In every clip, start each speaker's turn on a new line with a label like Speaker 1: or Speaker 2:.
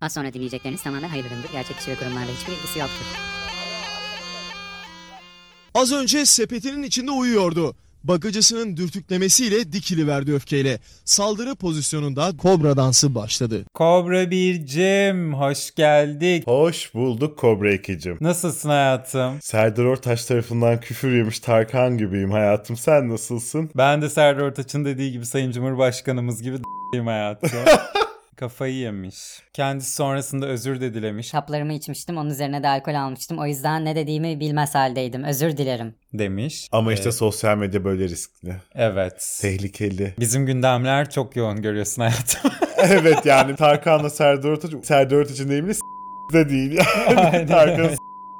Speaker 1: Az sonra dinleyecekleriniz tamamen hayırlı üründür. Gerçek kişi ve kurumlarla hiçbir ilgisi yoktur.
Speaker 2: Az önce sepetinin içinde uyuyordu. Bakıcısının dürtüklemesiyle dikiliverdi öfkeyle. Saldırı pozisyonunda kobra dansı başladı.
Speaker 3: Kobra Bircim hoş geldik.
Speaker 4: Hoş bulduk Kobra Eki'cim.
Speaker 3: Nasılsın hayatım?
Speaker 4: Serdar Ortaç tarafından küfür yemiş Tarkan gibiyim hayatım. Sen nasılsın?
Speaker 3: Ben de Serdar Ortaç'ın dediği gibi Sayın Cumhurbaşkanımız gibi d***yim hayatım. Kafayı yemiş. Kendisi sonrasında özür de dilemiş
Speaker 1: Şaplarımı içmiştim, onun üzerine de alkol almıştım. O yüzden ne dediğimi bilmez haldeydim. Özür dilerim.
Speaker 3: demiş.
Speaker 4: Ama işte sosyal medya böyle riskli.
Speaker 3: Evet.
Speaker 4: Tehlikeli.
Speaker 3: Bizim gündemler çok yoğun görüyorsun hayatım.
Speaker 4: evet yani Tarkan'la Serdar Ortaç, Serdar Ortaç'ın deyimini s- de değil.
Speaker 3: Aynen.
Speaker 4: Yani Tarkan s-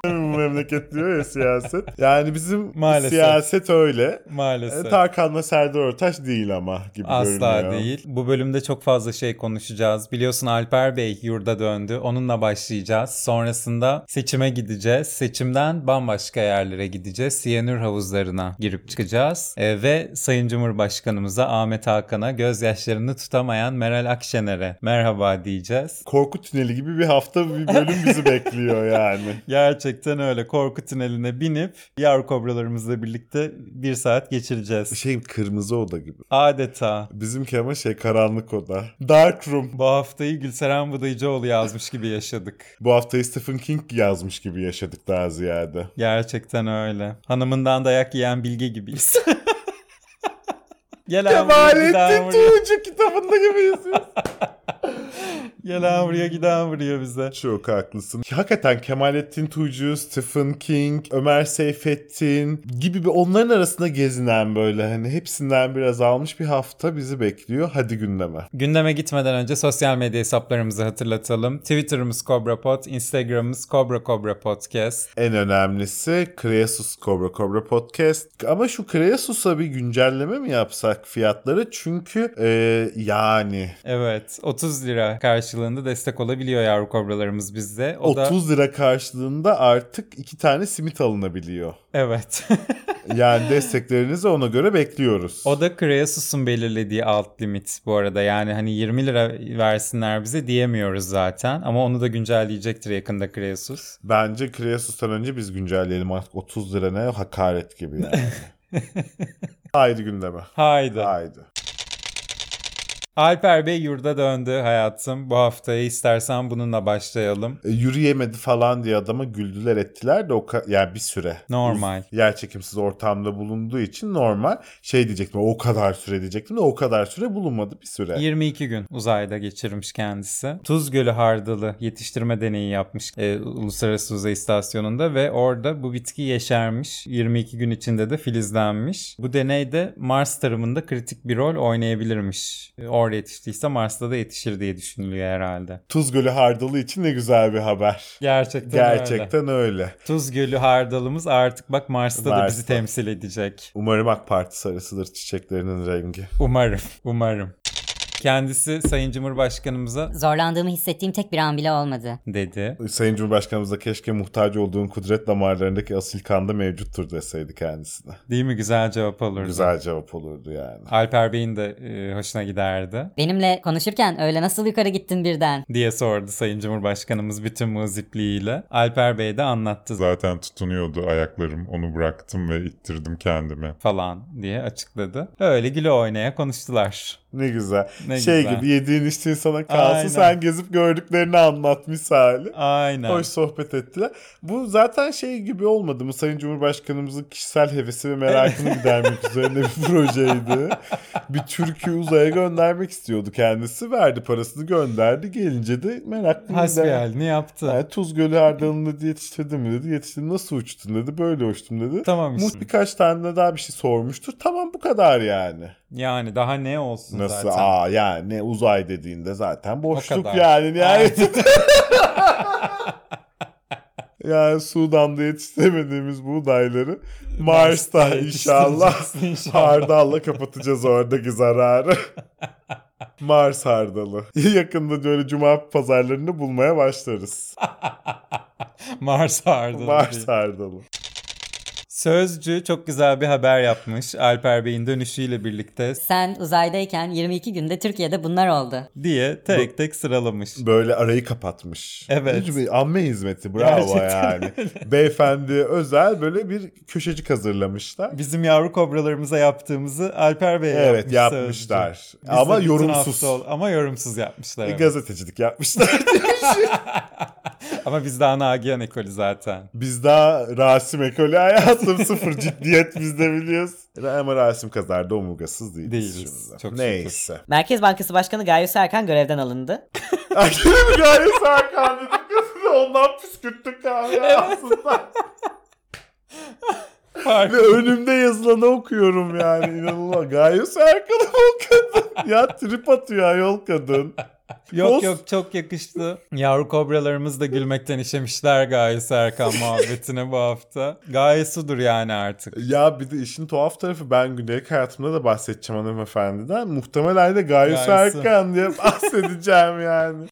Speaker 4: bu memleket diyor ya siyaset. Yani bizim
Speaker 3: Maalesef.
Speaker 4: siyaset öyle. E,
Speaker 3: Maalesef.
Speaker 4: Tarkan'la Serdar Ortaç değil ama gibi
Speaker 3: Asla
Speaker 4: görünüyor.
Speaker 3: değil. Bu bölümde çok fazla şey konuşacağız. Biliyorsun Alper Bey yurda döndü. Onunla başlayacağız. Sonrasında seçime gideceğiz. Seçimden bambaşka yerlere gideceğiz. Siyanür havuzlarına girip çıkacağız. Ee, ve Sayın Cumhurbaşkanımıza Ahmet Hakan'a gözyaşlarını tutamayan Meral Akşener'e merhaba diyeceğiz.
Speaker 4: Korku tüneli gibi bir hafta bir bölüm bizi bekliyor yani.
Speaker 3: Gerçekten öyle. Korku tüneline binip yavru kobralarımızla birlikte bir saat geçireceğiz.
Speaker 4: Şey kırmızı oda gibi.
Speaker 3: Adeta.
Speaker 4: Bizimki ama şey karanlık oda. Dark room.
Speaker 3: Bu haftayı Gülseren Budayıcıoğlu yazmış gibi yaşadık.
Speaker 4: Bu haftayı Stephen King yazmış gibi yaşadık daha ziyade.
Speaker 3: Gerçekten öyle. Hanımından dayak yiyen bilge gibiyiz. Gel hamburger giden
Speaker 4: Kemalettin
Speaker 3: vuruyor.
Speaker 4: Tuğcu kitabında gibiyiz.
Speaker 3: Gel hamburger giden vuruyor bize.
Speaker 4: Çok haklısın. Hakikaten Kemalettin Tuğcu, Stephen King, Ömer Seyfettin gibi bir onların arasında gezinen böyle hani hepsinden biraz almış bir hafta bizi bekliyor. Hadi gündeme.
Speaker 3: Gündeme gitmeden önce sosyal medya hesaplarımızı hatırlatalım. Twitter'ımız CobraPod, Instagram'ımız Cobra Cobra Podcast.
Speaker 4: En önemlisi Kreasus Cobra Cobra Podcast. Ama şu Kreasus'a bir güncelleme mi yapsak fiyatları? Çünkü eee, yani
Speaker 3: Evet, 30 lira karşılığında destek olabiliyor yavru kobralarımız bizde. O da
Speaker 4: 30 lira karşılığında artık iki tane simit alınabiliyor.
Speaker 3: evet.
Speaker 4: Yani desteklerinizi ona göre bekliyoruz.
Speaker 3: O da Kreasus'un belirlediği alt limit bu arada. Yani hani 20 lira versinler bize diyemiyoruz zaten. Ama onu da güncelleyecektir yakında Kreasus.
Speaker 4: Bence Kreasus'tan önce biz güncelleyelim artık 30 lira ne hakaret gibi yani. Haydi gündeme.
Speaker 3: Haydi.
Speaker 4: Haydi.
Speaker 3: Alper Bey yurda döndü hayatım. Bu haftayı istersen bununla başlayalım.
Speaker 4: E, yürüyemedi falan diye adama güldüler ettiler de o ka- yani bir süre.
Speaker 3: Normal.
Speaker 4: Yer çekimsiz ortamda bulunduğu için normal. Şey diyecektim o kadar süre diyecektim de o kadar süre bulunmadı bir süre.
Speaker 3: 22 gün uzayda geçirmiş kendisi. Tuz Gölü Hardalı yetiştirme deneyi yapmış e, Uluslararası Uzay İstasyonu'nda ve orada bu bitki yeşermiş. 22 gün içinde de filizlenmiş. Bu deneyde Mars tarımında kritik bir rol oynayabilirmiş. E, orada yetiştiyse Mars'ta da yetişir diye düşünülüyor herhalde.
Speaker 4: Tuz Gölü Hardalı için ne güzel bir haber.
Speaker 3: Gerçekten, öyle.
Speaker 4: Gerçekten öyle.
Speaker 3: Tuz Gölü Hardalımız artık bak Mars'ta da bizi
Speaker 4: Mars'ta.
Speaker 3: temsil edecek.
Speaker 4: Umarım AK Parti sarısıdır çiçeklerinin rengi.
Speaker 3: Umarım, umarım. Kendisi Sayın Cumhurbaşkanımıza
Speaker 1: Zorlandığımı hissettiğim tek bir an bile olmadı.
Speaker 3: dedi.
Speaker 4: Sayın Cumhurbaşkanımız da keşke muhtaç olduğun kudret damarlarındaki asil kan da mevcuttur deseydi kendisine.
Speaker 3: Değil mi? Güzel cevap olurdu.
Speaker 4: Güzel cevap olurdu yani.
Speaker 3: Alper Bey'in de e, hoşuna giderdi
Speaker 1: Benimle konuşurken öyle nasıl yukarı gittin birden?
Speaker 3: diye sordu Sayın Cumhurbaşkanımız bütün muzipliğiyle. Alper Bey de anlattı
Speaker 5: Zaten tutunuyordu ayaklarım. Onu bıraktım ve ittirdim kendime.
Speaker 3: falan diye açıkladı. Öyle güle oynaya konuştular.
Speaker 4: Ne güzel.
Speaker 3: Ne
Speaker 4: şey
Speaker 3: güzel.
Speaker 4: gibi yediğin içtiğin sana kalsın
Speaker 3: Aynen.
Speaker 4: sen gezip gördüklerini anlat misali.
Speaker 3: Aynen.
Speaker 4: Hoş sohbet ettiler. Bu zaten şey gibi olmadı mı? Sayın Cumhurbaşkanımızın kişisel hevesi ve merakını gidermek üzerine bir projeydi. Bir türkü uzaya göndermek istiyordu kendisi. Verdi parasını gönderdi. Gelince de meraklı
Speaker 3: Hasbihalini yaptı.
Speaker 4: Yani Tuz Gölü Hardalı'nı dedi yetiştirdim mi dedi. Yetiştirdim nasıl uçtun dedi. Böyle uçtum dedi.
Speaker 3: Tamam işte.
Speaker 4: Muht birkaç tane de daha bir şey sormuştur. Tamam bu kadar yani.
Speaker 3: Yani daha ne olsun
Speaker 4: Nasıl
Speaker 3: zaten.
Speaker 4: aa yani ne uzay dediğinde zaten boşluk
Speaker 3: kadar.
Speaker 4: yani nihayetinde. yani Sudan'da yetiştiremediğimiz buğdayları Mars'ta inşallah
Speaker 3: yetiştireceksin inşallah.
Speaker 4: hardalla kapatacağız oradaki zararı. Mars hardalı. Yakında böyle cuma pazarlarını bulmaya başlarız.
Speaker 3: Mars Hardalı.
Speaker 4: Mars hardalı.
Speaker 3: Sözcü çok güzel bir haber yapmış Alper Bey'in dönüşüyle birlikte
Speaker 1: Sen uzaydayken 22 günde Türkiye'de bunlar oldu.
Speaker 3: diye tek tek sıralamış.
Speaker 4: Böyle arayı kapatmış.
Speaker 3: Evet.
Speaker 4: Hiç bir amme hizmeti bravo
Speaker 3: Gerçekten
Speaker 4: yani. Beyefendi özel böyle bir köşecik hazırlamışlar.
Speaker 3: Bizim yavru kobralarımıza yaptığımızı Alper Bey'e
Speaker 4: Evet
Speaker 3: yapmış
Speaker 4: yapmışlar.
Speaker 3: Sözcü. Biz de
Speaker 4: Ama
Speaker 3: bütün
Speaker 4: yorumsuz.
Speaker 3: hafta ol- ama yorumsuz yapmışlar.
Speaker 4: E,
Speaker 3: evet.
Speaker 4: Gazetecilik yapmışlar.
Speaker 3: ama biz daha Nagihan ekolü zaten.
Speaker 4: Biz daha Rasim ekolü hayatım sıfır ciddiyet bizde biliyoruz. Ama Rasim kadar da omurgasız değiliz.
Speaker 3: Değiliz,
Speaker 4: şimdi.
Speaker 3: çok şükür.
Speaker 4: Neyse.
Speaker 6: Merkez Bankası Başkanı Gayus Erkan görevden alındı.
Speaker 4: Erkeni mi gayet Serkan dedik kızını ondan püskürttük abi aslında. Ve önümde yazılanı okuyorum yani inanılmaz. Gayus Erkan'ı yol kadın. Ya trip atıyor yol kadın.
Speaker 3: Yok
Speaker 4: Post-
Speaker 3: yok çok yakıştı. Yavru kobralarımız da gülmekten işemişler Gaye Serkan muhabbetine bu hafta. Gaye sudur yani artık.
Speaker 4: Ya bir de işin tuhaf tarafı ben gündelik hayatımda da bahsedeceğim hanımefendiden. Muhtemelen de Gayus
Speaker 3: Gayus'u.
Speaker 4: Erkan diye bahsedeceğim yani.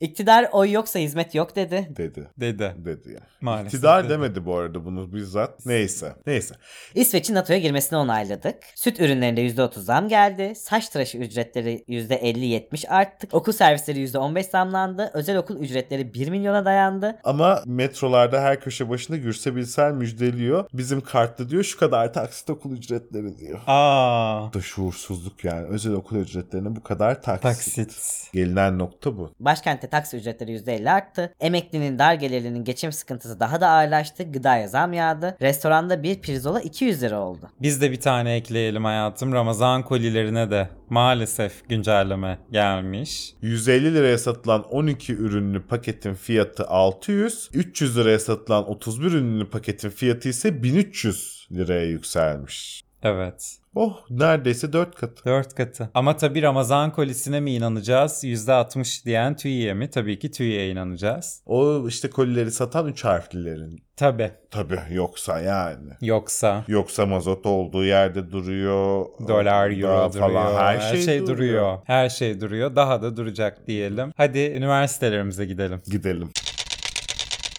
Speaker 6: İktidar oy yoksa hizmet yok dedi.
Speaker 4: Dedi.
Speaker 3: Dedi
Speaker 4: Dedi ya.
Speaker 3: maalesef.
Speaker 4: İktidar
Speaker 3: dedi.
Speaker 4: demedi bu arada bunu bizzat. Neyse. Neyse.
Speaker 6: İsveç'in NATO'ya girmesini onayladık. Süt ürünlerinde %30 zam geldi. Saç tıraşı ücretleri %50-70 arttık. Okul servisleri %15 zamlandı. Özel okul ücretleri 1 milyona dayandı.
Speaker 4: Ama metrolarda her köşe başında Gürse Bilsel müjdeliyor. Bizim kartlı diyor şu kadar taksit okul ücretleri diyor.
Speaker 3: Aa
Speaker 4: Bu da şuursuzluk yani. Özel okul ücretlerine bu kadar taksit.
Speaker 3: taksit.
Speaker 4: Gelinen nokta bu.
Speaker 6: Başkentte taksi ücretleri %50 arttı. Emeklinin dar gelirlinin geçim sıkıntısı daha da ağırlaştı. Gıdaya zam yağdı. Restoranda bir pirzola 200 lira oldu.
Speaker 3: Biz de bir tane ekleyelim hayatım. Ramazan kolilerine de maalesef güncelleme gelmiş.
Speaker 4: 150 liraya satılan 12 ürünlü paketin fiyatı 600, 300 liraya satılan 31 ürünlü paketin fiyatı ise 1300 liraya yükselmiş.
Speaker 3: Evet.
Speaker 4: Oh neredeyse 4 katı.
Speaker 3: Dört katı. Ama tabii Ramazan kolisine mi inanacağız? %60 diyen TÜİ'ye mi? Tabii ki TÜİ'ye inanacağız.
Speaker 4: O işte kolileri satan 3 harflilerin.
Speaker 3: Tabii.
Speaker 4: Tabii yoksa yani.
Speaker 3: Yoksa
Speaker 4: Yoksa mazot olduğu yerde duruyor.
Speaker 3: dolar, euro
Speaker 4: Daha
Speaker 3: duruyor.
Speaker 4: falan
Speaker 3: Her, şey, duruyor. Her şey duruyor. Daha da duracak diyelim. Hadi üniversitelerimize gidelim.
Speaker 4: Gidelim.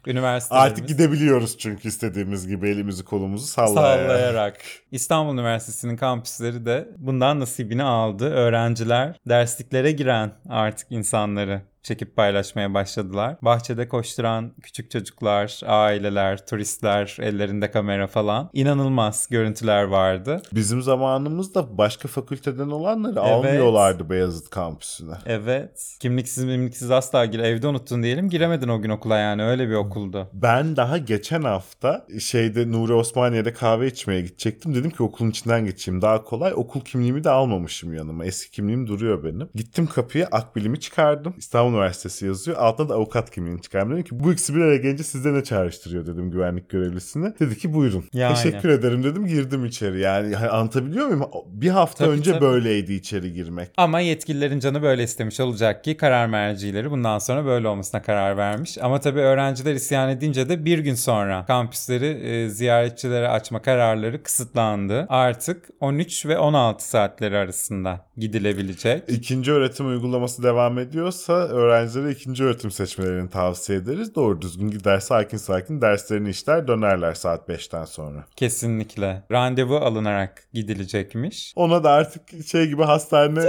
Speaker 3: Üniversitelerimiz.
Speaker 4: Artık gidebiliyoruz çünkü istediğimiz gibi elimizi kolumuzu sallayarak.
Speaker 3: sallayarak. İstanbul Üniversitesi'nin kampüsleri de bundan nasibini aldı. Öğrenciler dersliklere giren artık insanları çekip paylaşmaya başladılar. Bahçede koşturan küçük çocuklar, aileler, turistler, ellerinde kamera falan. İnanılmaz görüntüler vardı.
Speaker 4: Bizim zamanımızda başka fakülteden olanları almıyorlardı Beyazıt kampüsüne.
Speaker 3: Evet. Kimliksiz mimliksiz asla gir. Evde unuttun diyelim. Giremedin o gün okula yani. Öyle bir okuldu.
Speaker 4: Ben daha geçen hafta şeyde Nuri Osmaniye'de kahve içmeye gidecektim. Dedim ki okulun içinden geçeyim daha kolay. Okul kimliğimi de almamışım yanıma. Eski kimliğim duruyor benim. Gittim kapıya akbilimi çıkardım. İstanbul Üniversitesi yazıyor. Altına da avukat kimliğini çıkardım. Dedim ki bu ikisi bir araya gelince sizde ne çağrıştırıyor dedim güvenlik görevlisine. Dedi ki buyurun.
Speaker 3: Yani.
Speaker 4: Teşekkür ederim dedim girdim içeri. Yani hani anlatabiliyor muyum? Bir hafta
Speaker 3: Tabii,
Speaker 4: önce
Speaker 3: tabii.
Speaker 4: böyleydi içeri girmek.
Speaker 3: Ama yetkililerin canı böyle istemiş olacak ki karar mercileri bundan sonra böyle olmasına karar vermiş. Ama tabii öğrenciler isyan edince de bir gün sonra kampüsleri e, ziyaretçilere açma kararları kısıtlandı. Artık 13 ve 16 saatleri arasında gidilebilecek.
Speaker 4: İkinci öğretim uygulaması devam ediyorsa öğrencilere ikinci öğretim seçmelerini tavsiye ederiz. Doğru düzgün gider sakin sakin derslerini işler dönerler saat 5'ten sonra.
Speaker 3: Kesinlikle. Randevu alınarak gidilecekmiş.
Speaker 4: Ona da artık şey gibi hastane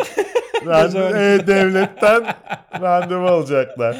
Speaker 4: randevu,
Speaker 3: Güzel.
Speaker 4: e, devletten randevu alacaklar.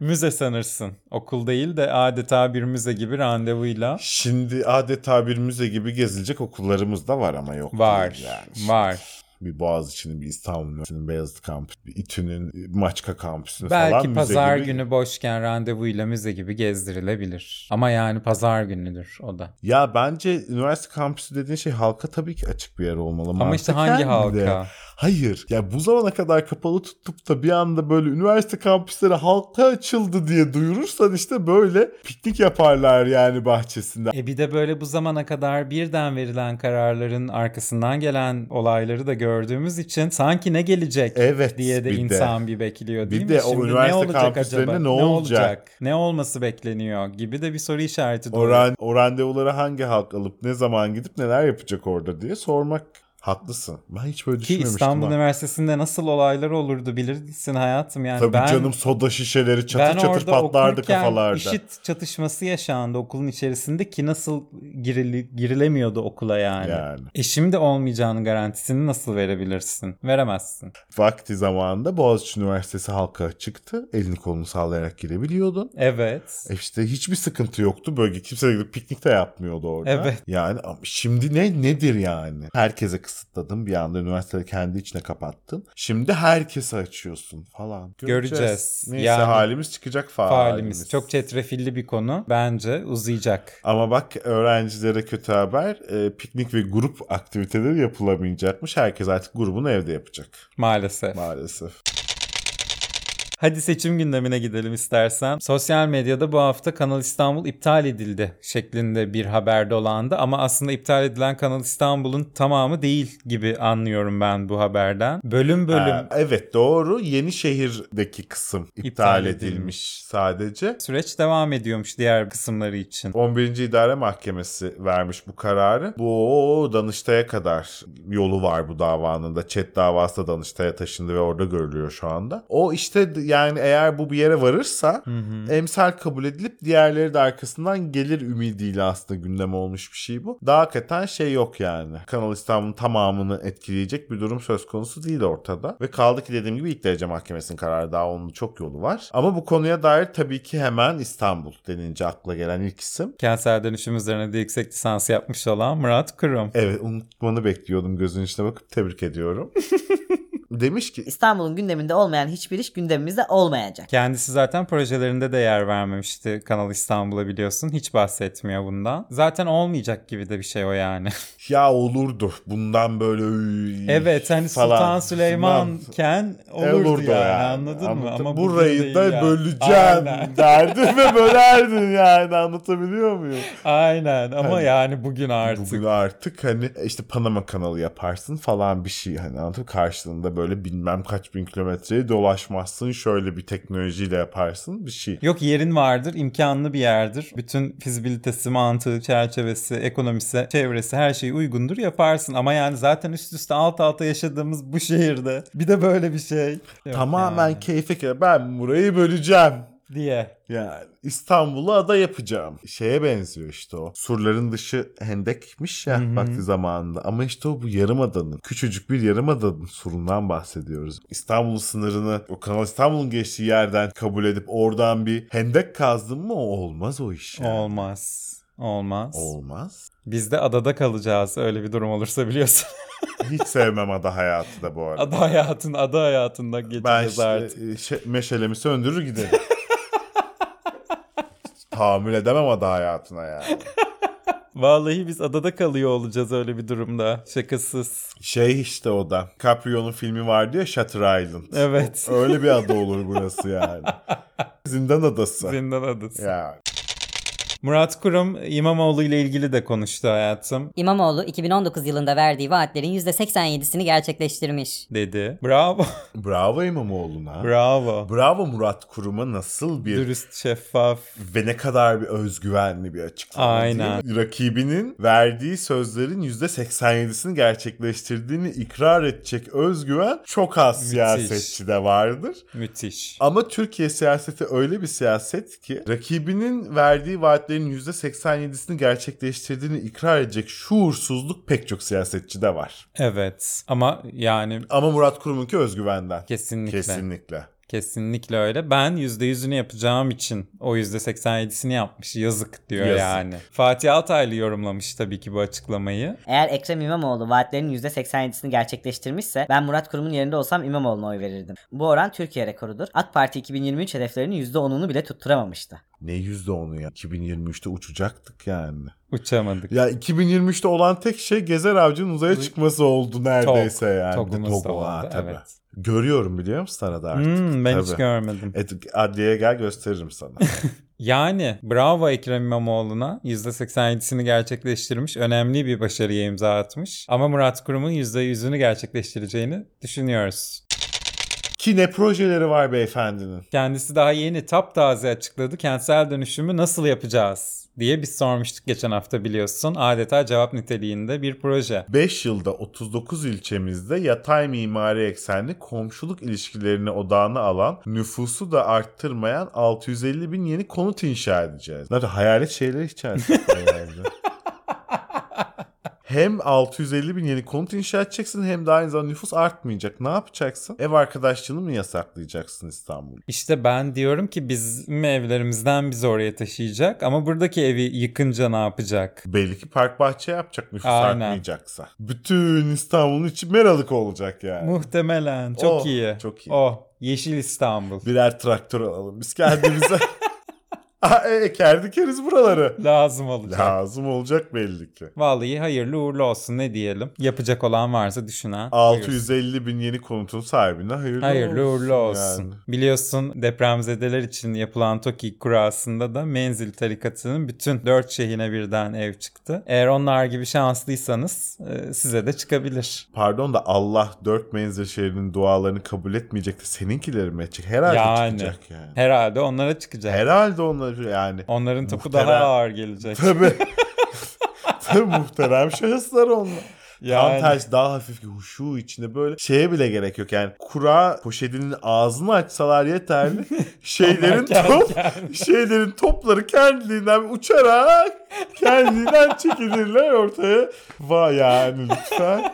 Speaker 3: Müze sanırsın. Okul değil de adeta bir müze gibi randevuyla
Speaker 4: Şimdi adeta bir müze gibi gezilecek okullarımız da var ama yok.
Speaker 3: var.
Speaker 4: değil yani.
Speaker 3: Var.
Speaker 4: Bir Boğaziçi'nin, bir İstanbul Üniversitesi'nin, Beyazıt kampüsü, bir İTÜ'nün, e, Maçka kampüsünü falan
Speaker 3: Belki
Speaker 4: müze
Speaker 3: pazar
Speaker 4: gibi-
Speaker 3: günü boşken randevuyla müze gibi gezdirilebilir. Ama yani pazar günüdür o da.
Speaker 4: Ya bence üniversite kampüsü dediğin şey halka tabii ki açık bir yer olmalı.
Speaker 3: Ama işte
Speaker 4: mantıken
Speaker 3: hangi
Speaker 4: de.
Speaker 3: halka?
Speaker 4: Hayır. Ya bu zamana kadar kapalı tutup da bir anda böyle üniversite kampüsleri halka açıldı diye duyurursan işte böyle piknik yaparlar yani bahçesinde.
Speaker 3: E bir de böyle bu zamana kadar birden verilen kararların arkasından gelen olayları da gördüğümüz için sanki ne gelecek
Speaker 4: Evet,
Speaker 3: diye de
Speaker 4: bir de.
Speaker 3: insan bir bekliyor değil
Speaker 4: Bir
Speaker 3: mi?
Speaker 4: de o
Speaker 3: Şimdi
Speaker 4: üniversite
Speaker 3: ne olacak
Speaker 4: kampüslerinde
Speaker 3: acaba?
Speaker 4: ne olacak?
Speaker 3: Ne olması bekleniyor gibi de bir soru işareti
Speaker 4: O,
Speaker 3: doğuyor.
Speaker 4: ran- o randevulara hangi halk alıp ne zaman gidip neler yapacak orada diye sormak Haklısın. Ben hiç böyle
Speaker 3: Ki
Speaker 4: düşünmemiştim.
Speaker 3: İstanbul
Speaker 4: lan.
Speaker 3: Üniversitesi'nde nasıl olaylar olurdu bilirsin hayatım yani.
Speaker 4: Tabii
Speaker 3: ben,
Speaker 4: canım soda şişeleri çatır
Speaker 3: ben
Speaker 4: çatır
Speaker 3: orada
Speaker 4: patlardı
Speaker 3: okurken
Speaker 4: kafalarda.
Speaker 3: IŞİD çatışması yaşandı okulun içerisinde ki nasıl girili, girilemiyordu okula yani.
Speaker 4: Yani.
Speaker 3: E şimdi olmayacağının garantisini nasıl verebilirsin? Veremezsin.
Speaker 4: Vakti zamanında Boğaziçi Üniversitesi halka çıktı. Elini kolunu sallayarak girebiliyordun.
Speaker 3: Evet.
Speaker 4: E işte hiçbir sıkıntı yoktu. Bölge kimse de gidip piknik de yapmıyordu orada.
Speaker 3: Evet.
Speaker 4: Yani ama şimdi ne nedir yani? Herkese kısıtladın bir anda üniversiteleri kendi içine kapattın. Şimdi herkese açıyorsun falan.
Speaker 3: Göreceğiz.
Speaker 4: Neyse
Speaker 3: Yani-
Speaker 4: halimiz çıkacak
Speaker 3: Faalimiz.
Speaker 4: faalimiz.
Speaker 3: Çok çetrefilli bir konu. Bence uzayacak.
Speaker 4: Ama bak öğrencilere kötü haber. E, piknik ve grup aktiviteleri yapılamayacakmış. Herkes artık grubunu evde yapacak
Speaker 3: Maalesef.
Speaker 4: maalesef.
Speaker 3: Hadi seçim gündemine gidelim istersen. Sosyal medyada bu hafta Kanal İstanbul iptal edildi şeklinde bir haber dolandı ama aslında iptal edilen Kanal İstanbul'un tamamı değil gibi anlıyorum ben bu haberden. Bölüm bölüm
Speaker 4: Ha, evet doğru. Yenişehir'deki kısım iptal,
Speaker 3: İptal edilmiş.
Speaker 4: edilmiş. sadece.
Speaker 3: süreç devam ediyormuş diğer kısımları için.
Speaker 4: 11. İdare Mahkemesi vermiş bu kararı. Bu Danıştay'a kadar yolu var bu davanın da. Çet davası da Danıştay'a taşındı ve orada görülüyor şu anda. O işte yani eğer bu bir yere varırsa emsal kabul edilip diğerleri de arkasından gelir ümidiyle aslında gündem olmuş bir şey bu. Daha hakikaten şey yok yani. Kanal İstanbul'un tamamını etkileyecek bir durum söz konusu değil ortada. Ve kaldı ki dediğim gibi ilk derece mahkemesinin kararı daha onun çok yolu var. Ama bu konuya dair tabii ki hemen İstanbul denince akla gelen ilk isim.
Speaker 3: Kentsel dönüşüm üzerine de yüksek lisans yapmış olan Murat Kurum.
Speaker 4: Evet unutmanı bekliyordum gözün içine bakıp tebrik ediyorum. Demiş ki
Speaker 6: İstanbul'un gündeminde olmayan hiçbir iş gündemimizde olmayacak.
Speaker 3: Kendisi zaten projelerinde de yer vermemişti Kanal İstanbul'a biliyorsun. Hiç bahsetmiyor bundan. Zaten olmayacak gibi de bir şey o yani.
Speaker 4: ya olurdu bundan böyle "Üy"
Speaker 3: Evet hani
Speaker 4: falan. e,
Speaker 3: Sultan Süleymanken olurdu,
Speaker 4: olurdu
Speaker 3: yani,
Speaker 4: yani.
Speaker 3: anladın mı?
Speaker 4: Anlatı-
Speaker 3: Ama
Speaker 4: burayı
Speaker 3: burada
Speaker 4: da
Speaker 3: değil ya.
Speaker 4: böleceğim
Speaker 3: Aynen.
Speaker 4: derdin ve bölerdin yani anlatabiliyor muyum?
Speaker 3: Aynen. ama
Speaker 4: Hani-
Speaker 3: yani bugün artık.
Speaker 4: Bugün artık hani işte Panama kanalı yaparsın falan bir şey hani anlatıp karşılığında böyle bilmem kaç bin kilometreyi dolaşmazsın şöyle bir teknolojiyle yaparsın bir şey.
Speaker 3: Yok yerin vardır, imkanlı bir yerdir. Bütün fizibilitesi, mantığı, çerçevesi, ekonomisi, çevresi her şeyi uygundur yaparsın. Ama yani zaten üst üste alt alta yaşadığımız bu şehirde bir de böyle bir şey. Yok
Speaker 4: Tamamen
Speaker 3: yani.
Speaker 4: keyfe göre ben burayı böleceğim.
Speaker 3: diye.
Speaker 4: Yani İstanbul'u ada yapacağım. Şeye benziyor işte o. Surların dışı hendekmiş ya
Speaker 3: Hı hı.
Speaker 4: vakti zamanında. Ama işte o bu yarım adanın, küçücük bir yarım adanın surundan bahsediyoruz. İstanbul sınırını, o Kanal İstanbul'un geçtiği yerden kabul edip oradan bir hendek kazdın mı o olmaz o iş. yani.
Speaker 3: Olmaz. Olmaz.
Speaker 4: Olmaz.
Speaker 3: Biz de adada kalacağız öyle bir durum olursa biliyorsun.
Speaker 4: Hiç sevmem ada hayatı da bu arada.
Speaker 3: ada hayatın, ada hayatında
Speaker 4: ben
Speaker 3: geçeceğiz
Speaker 4: işte,
Speaker 3: artık.
Speaker 4: e, şey- meşalemi söndürür giderim. Tahammül edemem ada hayatına yani.
Speaker 3: Vallahi biz adada kalıyor olacağız öyle bir durumda. Şakasız.
Speaker 4: Şey işte o da. Caprio'nun filmi vardı ya Shutter Island.
Speaker 3: Evet.
Speaker 4: Öyle bir ada olur burası yani. Zindan adası.
Speaker 3: Zindan adası.
Speaker 4: ya.
Speaker 3: Murat Kurum İmamoğlu ile ilgili de konuştu hayatım
Speaker 1: İmamoğlu 2019 yılında verdiği vaatlerin %87'sini gerçekleştirmiş.
Speaker 3: dedi. Bravo.
Speaker 4: Bravo İmamoğlu'na.
Speaker 3: Bravo.
Speaker 4: Bravo Murat Kurum'a nasıl bir
Speaker 3: Dürüst, şeffaf.
Speaker 4: ve ne kadar bir özgüvenli bir açıklama
Speaker 3: Aynen.
Speaker 4: değil mi? Rakibinin verdiği sözlerin %87'sini gerçekleştirdiğini ikrar edecek özgüven çok az
Speaker 3: Müthiş.
Speaker 4: siyasetçide vardır.
Speaker 3: Müthiş.
Speaker 4: Ama Türkiye siyaseti öyle bir siyaset ki rakibinin verdiği vaatlerin %87'sini gerçekleştirdiğini ikrar edecek şuursuzluk pek çok siyasetçide var.
Speaker 3: Evet. Ama yani
Speaker 4: Ama Murat Kurum'unki özgüvenden.
Speaker 3: kesinlikle. Kesinlikle,
Speaker 4: Kesinlikle.
Speaker 3: öyle. Ben %100'ünü yapacağım için o %87'sini yapmış. Yazık diyor
Speaker 4: Yazık.
Speaker 3: yani. Fatih Altaylı yorumlamış tabii ki bu açıklamayı.
Speaker 6: Eğer Ekrem İmamoğlu vaatlerinin %87'sini gerçekleştirmişse ben Murat Kurum'un yerinde olsam İmamoğlu'na oy verirdim. Bu oran Türkiye rekorudur. AK Parti 2023 hedeflerinin %10'unu bile tutturamamıştı.
Speaker 4: Ne yüzde onu ya? 2023'te uçacaktık yani.
Speaker 3: Uçamadık.
Speaker 4: Ya 2023'te olan tek şey Gezer Avcı'nın uzaya çıkması oldu neredeyse yani.
Speaker 3: Tokumuz
Speaker 4: Tok-
Speaker 3: da oldu.
Speaker 4: ha, tabii.
Speaker 3: Evet.
Speaker 4: Görüyorum biliyor musun arada artık?
Speaker 3: Hmm, ben hiç
Speaker 4: Tabii.
Speaker 3: görmedim.
Speaker 4: Evet, adliyeye gel gösteririm sana.
Speaker 3: Yani bravo Ekrem İmamoğlu'na %87'sini gerçekleştirmiş. Önemli bir başarıya imza atmış. Ama Murat Kurum'un %100'ünü gerçekleştireceğini düşünüyoruz.
Speaker 4: Ki ne projeleri var beyefendinin.
Speaker 3: Kendisi daha yeni taptaze açıkladı. Kentsel dönüşümü nasıl yapacağız diye biz sormuştuk geçen hafta biliyorsun. Adeta cevap niteliğinde bir proje.
Speaker 4: 5 yılda 39 ilçemizde yatay mimari eksenli komşuluk ilişkilerini odağına alan, nüfusu da arttırmayan 650 bin yeni konut inşa edeceğiz. Nerede hayalet şeyler içerisinde herhalde. Hem 650 bin yeni konut inşa edeceksin hem de aynı zamanda nüfus artmayacak. Ne yapacaksın? Ev arkadaşlığını mı yasaklayacaksın İstanbul'da?
Speaker 3: İşte ben diyorum ki bizim evlerimizden bizi oraya taşıyacak ama buradaki evi yıkınca ne yapacak?
Speaker 4: Belli ki park bahçe yapacak nüfus
Speaker 3: Aynen.
Speaker 4: artmayacaksa. Bütün İstanbul'un içi meralık olacak yani.
Speaker 3: Muhtemelen. Çok
Speaker 4: Oh,
Speaker 3: iyi.
Speaker 4: çok iyi.
Speaker 3: Oh. Yeşil İstanbul.
Speaker 4: Birer traktör alalım biz kendimize. Aa, e, Eker dikeriz buraları.
Speaker 3: Lazım olacak.
Speaker 4: Lazım olacak belli ki.
Speaker 3: Vallahi hayırlı uğurlu olsun ne diyelim. Yapacak olan varsa düşünen. buyursun.
Speaker 4: 650 bin yeni konutun sahibine hayırlı,
Speaker 3: Hayırlı
Speaker 4: olsun.
Speaker 3: uğurlu olsun.
Speaker 4: yani.
Speaker 3: Biliyorsun depremzedeler için yapılan TOKİ kurasında da menzil tarikatının bütün dört şehrine birden ev çıktı. Eğer onlar gibi şanslıysanız e, size de çıkabilir.
Speaker 4: Pardon da Allah dört menzil şehrinin dualarını kabul etmeyecek de seninkileri mi edecek? Herhalde
Speaker 3: Yani.
Speaker 4: çıkacak yani.
Speaker 3: Herhalde onlara çıkacak.
Speaker 4: Herhalde onları yani.
Speaker 3: Onların topu
Speaker 4: Muhtemelen.
Speaker 3: daha ağır gelecek.
Speaker 4: Tabii. Tabii muhterem şahıslar onlar.
Speaker 3: Yani.
Speaker 4: Tam tersi daha hafif ki huşu içinde böyle şeye bile gerek yok yani kura poşetinin ağzını açsalar yeterli şeylerin
Speaker 3: Onlar kendi
Speaker 4: top şeylerin topları kendiliğinden uçarak kendiliğinden çekilirler ortaya vay yani lütfen şey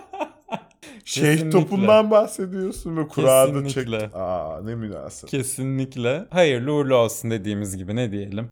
Speaker 3: Kesinlikle.
Speaker 4: topundan bahsediyorsun ve kurada çek
Speaker 3: Kesinlikle.
Speaker 4: aa ne münasebet
Speaker 3: Kesinlikle. Hayırlı uğurlu olsun dediğimiz gibi ne diyelim.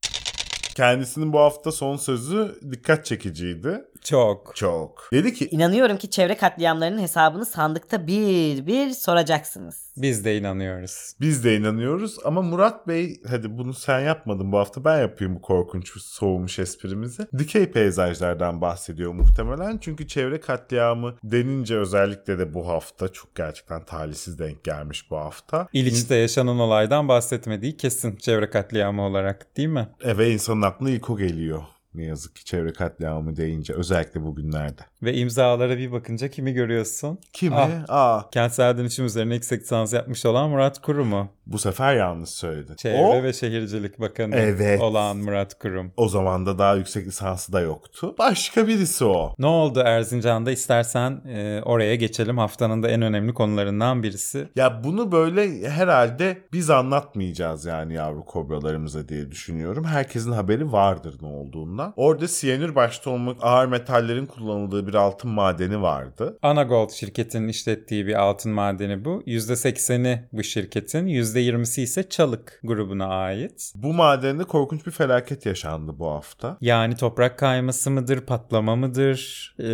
Speaker 4: kendisinin bu hafta son sözü dikkat çekiciydi
Speaker 3: Çok.
Speaker 4: çok dedi ki
Speaker 6: İnanıyorum ki çevre katliamlarının hesabını sandıkta bir bir soracaksınız.
Speaker 3: Biz de inanıyoruz.
Speaker 4: Biz de inanıyoruz ama Murat Bey hadi bunu sen yapmadın bu hafta ben yapayım bu korkunç soğumuş esprimizi. Dikey peyzajlardan bahsediyor muhtemelen çünkü çevre katliamı denince özellikle de bu hafta çok gerçekten talihsiz denk gelmiş bu hafta.
Speaker 3: İliç'te yaşanan olaydan bahsetmediği kesin çevre katliamı olarak değil mi?
Speaker 4: Eve insanın aklına ilk o geliyor ne yazık ki çevre katliamı deyince özellikle bugünlerde.
Speaker 3: Ve imzalara bir bakınca kimi görüyorsun?
Speaker 4: Kimi?
Speaker 3: Ah.
Speaker 4: Aa
Speaker 3: Kentsel dönüşüm üzerine yüksek lisans yapmış olan Murat Kurum mu?
Speaker 4: bu sefer yanlış söyledin.
Speaker 3: Çevre
Speaker 4: o,
Speaker 3: ve Şehircilik Bakanı
Speaker 4: Evet.
Speaker 3: olan Murat Kurum.
Speaker 4: o zaman da daha yüksek lisansı da yoktu. Başka birisi o.
Speaker 3: Ne oldu Erzincan'da? İstersen e, oraya geçelim. Haftanın da en önemli konularından birisi.
Speaker 4: Ya bunu böyle herhalde biz anlatmayacağız yani yavru kobralarımıza diye düşünüyorum. Herkesin haberi vardır ne olduğundan. Orada siyanür başta olmak ağır metallerin kullanıldığı bir altın madeni vardı.
Speaker 3: Anagold şirketinin işlettiği bir altın madeni bu. %80'i bu şirketin, %20'si ise Çalık grubuna ait.
Speaker 4: Bu madende korkunç bir felaket yaşandı bu hafta.
Speaker 3: Yani toprak kayması mıdır, patlama mıdır, e,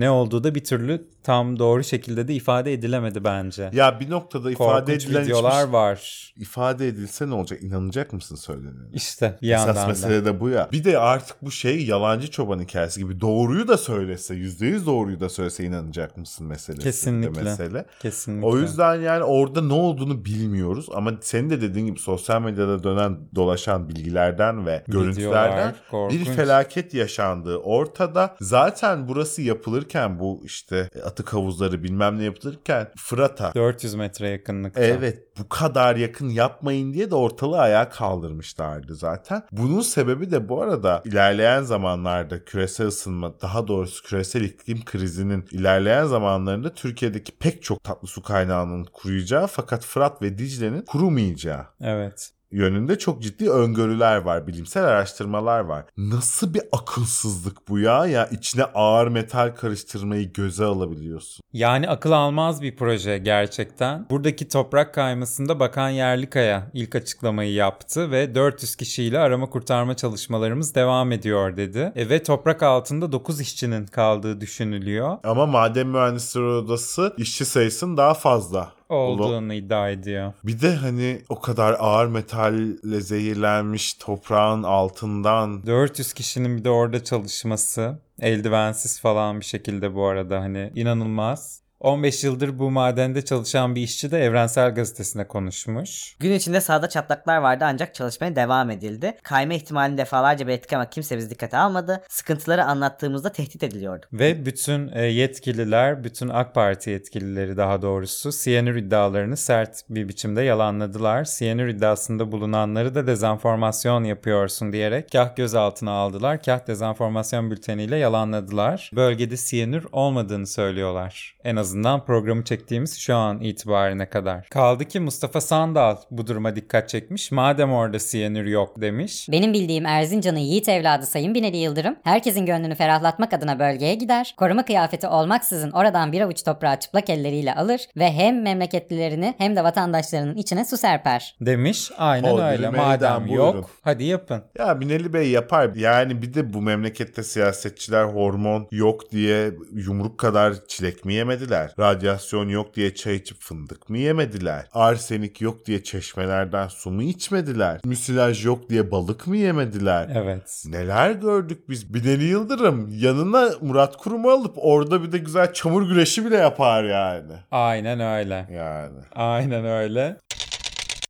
Speaker 3: ne olduğu da bir türlü tam doğru şekilde de ifade edilemedi bence.
Speaker 4: Ya bir noktada ifade
Speaker 3: Korkunç
Speaker 4: edilen
Speaker 3: videolar
Speaker 4: hiçbir- şey-
Speaker 3: var.
Speaker 4: ifade edilse ne olacak? İnanacak mısın söylenene?
Speaker 3: İşte bir
Speaker 4: Esas
Speaker 3: yandan da.
Speaker 4: mesele de bu ya. Bir de artık bu şey yalancı çoban hikayesi gibi doğruyu da söylese, %100 doğruyu da söylese inanacak mısın meselesi. de
Speaker 3: Kesinlikle.
Speaker 4: Mesele.
Speaker 3: Kesinlikle.
Speaker 4: O yüzden yani orada ne olduğunu bilmiyoruz ama senin de dediğin gibi sosyal medyada dönen dolaşan bilgilerden ve
Speaker 3: Videolar,
Speaker 4: görüntülerden bir
Speaker 3: korkunç.
Speaker 4: felaket yaşandığı ortada. Zaten burası yapılırken bu işte e, atık havuzları bilmem ne yapılırken Fırat'a
Speaker 3: 400 metre yakınlıkta.
Speaker 4: Evet bu kadar yakın yapmayın diye de ortalığı ayağa kaldırmışlardı zaten. Bunun sebebi de bu arada ilerleyen zamanlarda küresel ısınma daha doğrusu küresel iklim krizinin ilerleyen zamanlarında Türkiye'deki pek çok tatlı su kaynağının kuruyacağı fakat Fırat ve Dicle'nin kurumayacağı
Speaker 3: Evet.
Speaker 4: yönünde çok ciddi öngörüler var, bilimsel araştırmalar var. Nasıl bir akılsızlık bu ya? Ya içine ağır metal karıştırmayı göze alabiliyorsun.
Speaker 3: Yani akıl almaz bir proje gerçekten. Buradaki toprak kaymasında Bakan Yerlikaya ilk açıklamayı yaptı ve 400 kişiyle arama kurtarma çalışmalarımız devam ediyor dedi. E, ve toprak altında 9 işçinin kaldığı düşünülüyor
Speaker 4: Ama maden mühendisleri odası işçi sayısının daha fazla
Speaker 3: olduğunu iddia ediyor.
Speaker 4: Bir de hani o kadar ağır metalle zehirlenmiş toprağın altından
Speaker 3: 400 kişinin bir de orada çalışması eldivensiz falan bir şekilde bu arada hani inanılmaz. 15 yıldır bu madende çalışan bir işçi de Evrensel Gazetesi'ne konuşmuş.
Speaker 6: Gün içinde sahada çatlaklar vardı ancak çalışmaya devam edildi. Kayma ihtimalini defalarca belirttik ama kimse bizi dikkate almadı. Sıkıntıları anlattığımızda tehdit ediliyorduk.
Speaker 3: Ve bütün e, yetkililer, bütün AK Parti yetkilileri daha doğrusu siyanür iddialarını sert bir biçimde yalanladılar. Siyanür iddiasında bulunanları da dezenformasyon yapıyorsun diyerek kah gözaltına aldılar, kah dezenformasyon bülteniyle yalanladılar. Bölgede siyanür olmadığını söylüyorlar. En azından programı çektiğimiz şu an itibarine kadar. Kaldı ki Mustafa Sandal bu duruma dikkat çekmiş. Madem orada siyanür yok demiş.
Speaker 1: Benim bildiğim Erzincan'ın yiğit evladı Sayın Binali Yıldırım, herkesin gönlünü ferahlatmak adına bölgeye gider, koruma kıyafeti olmaksızın oradan bir avuç toprağı çıplak elleriyle alır ve hem memleketlilerini hem de vatandaşlarının içine su serper.
Speaker 3: Demiş aynen
Speaker 4: Ol,
Speaker 3: öyle.
Speaker 4: bilmeyden
Speaker 3: Madem
Speaker 4: buyurun.
Speaker 3: yok hadi yapın.
Speaker 4: Ya Binali Bey yapar. Yani bir de bu memlekette siyasetçiler hormon yok diye yumruk kadar çilek mi yemediler? Radyasyon yok diye çay içip fındık mı yemediler? Arsenik yok diye çeşmelerden su mu içmediler? Müsilaj yok diye balık mı yemediler?
Speaker 3: Evet.
Speaker 4: Neler gördük biz. Binali Yıldırım yanına Murat Kurum'u alıp orada bir de güzel çamur güreşi bile yapar yani.
Speaker 3: Aynen öyle.
Speaker 4: Yani.
Speaker 3: Aynen öyle.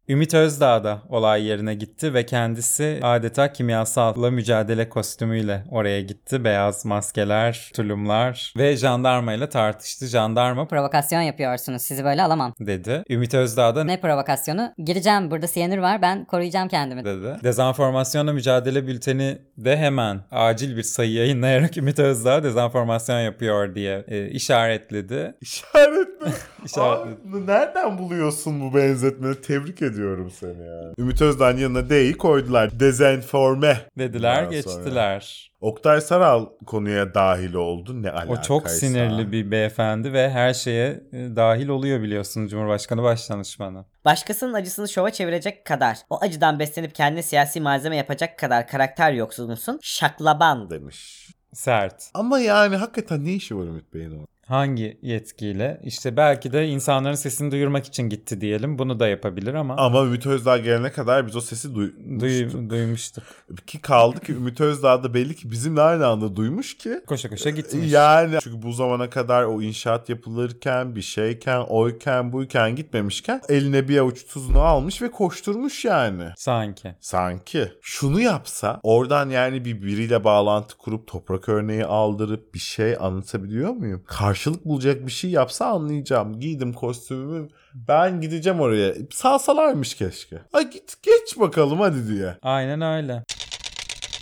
Speaker 3: Ümit Özdağ da olay yerine gitti ve kendisi adeta kimyasalla mücadele kostümüyle oraya gitti. Beyaz maskeler, tulumlar ve jandarmayla tartıştı. Jandarma "Pra-"
Speaker 1: Provokasyon yapıyorsunuz, sizi böyle alamam.
Speaker 3: dedi. Ümit Özdağ da
Speaker 1: Ne provokasyonu? Gireceğim, burada siyanür var, ben koruyacağım kendimi.
Speaker 3: dedi. Dezenformasyonla mücadele bülteni de hemen acil bir sayı yayınlayarak Ümit Özdağ dezenformasyon yapıyor diye e, işaretledi.
Speaker 4: İşaret mi?
Speaker 3: İşaretledi.
Speaker 4: Abi, nereden buluyorsun bu benzetmeyi? Tebrik ediyorum seni ya. Ümit Özdağ'ın yanına D'yi koydular. Dezenforme.
Speaker 3: Dediler,
Speaker 4: Ondan sonra
Speaker 3: geçtiler.
Speaker 4: Oktay Saral konuya dahil oldu. Ne alakaysa.
Speaker 3: O çok sinirli bir beyefendi ve her şeye e, dahil oluyor biliyorsun Cumhurbaşkanı Başdanışmanı.
Speaker 6: Başkasının acısını şova çevirecek kadar, o acıdan beslenip kendine siyasi malzeme yapacak kadar karakter yoksulunsun, şaklaban
Speaker 4: demiş.
Speaker 3: Sert.
Speaker 4: Ama yani hakikaten ne işi var Ümit Bey'in orada?
Speaker 3: Hangi yetkiyle? İşte belki de insanların sesini duyurmak için gitti diyelim. Bunu da yapabilir ama
Speaker 4: Ama Ümit Özdağ gelene kadar biz o sesi duymuştuk.
Speaker 3: duy- duymuştuk.
Speaker 4: Ki kaldı ki Ümit Özdağ da belli ki bizimle aynı anda duymuş ki.
Speaker 3: Koşa koşa gitmiş.
Speaker 4: Yani çünkü bu zamana kadar o inşaat yapılırken, bir şeyken, oyken, buyken gitmemişken eline bir avuç tuzunu almış ve koşturmuş yani.
Speaker 3: Sanki.
Speaker 4: Sanki şunu yapsa oradan yani bir biriyle bağlantı kurup toprak örneği aldırıp bir şey anlatabiliyor muyum? Karşılık bulacak bir şey yapsa anlayacağım. Giydim kostümümü ben gideceğim oraya. Salsalarmış keşke. Ay git geç bakalım hadi diye.
Speaker 3: Aynen öyle.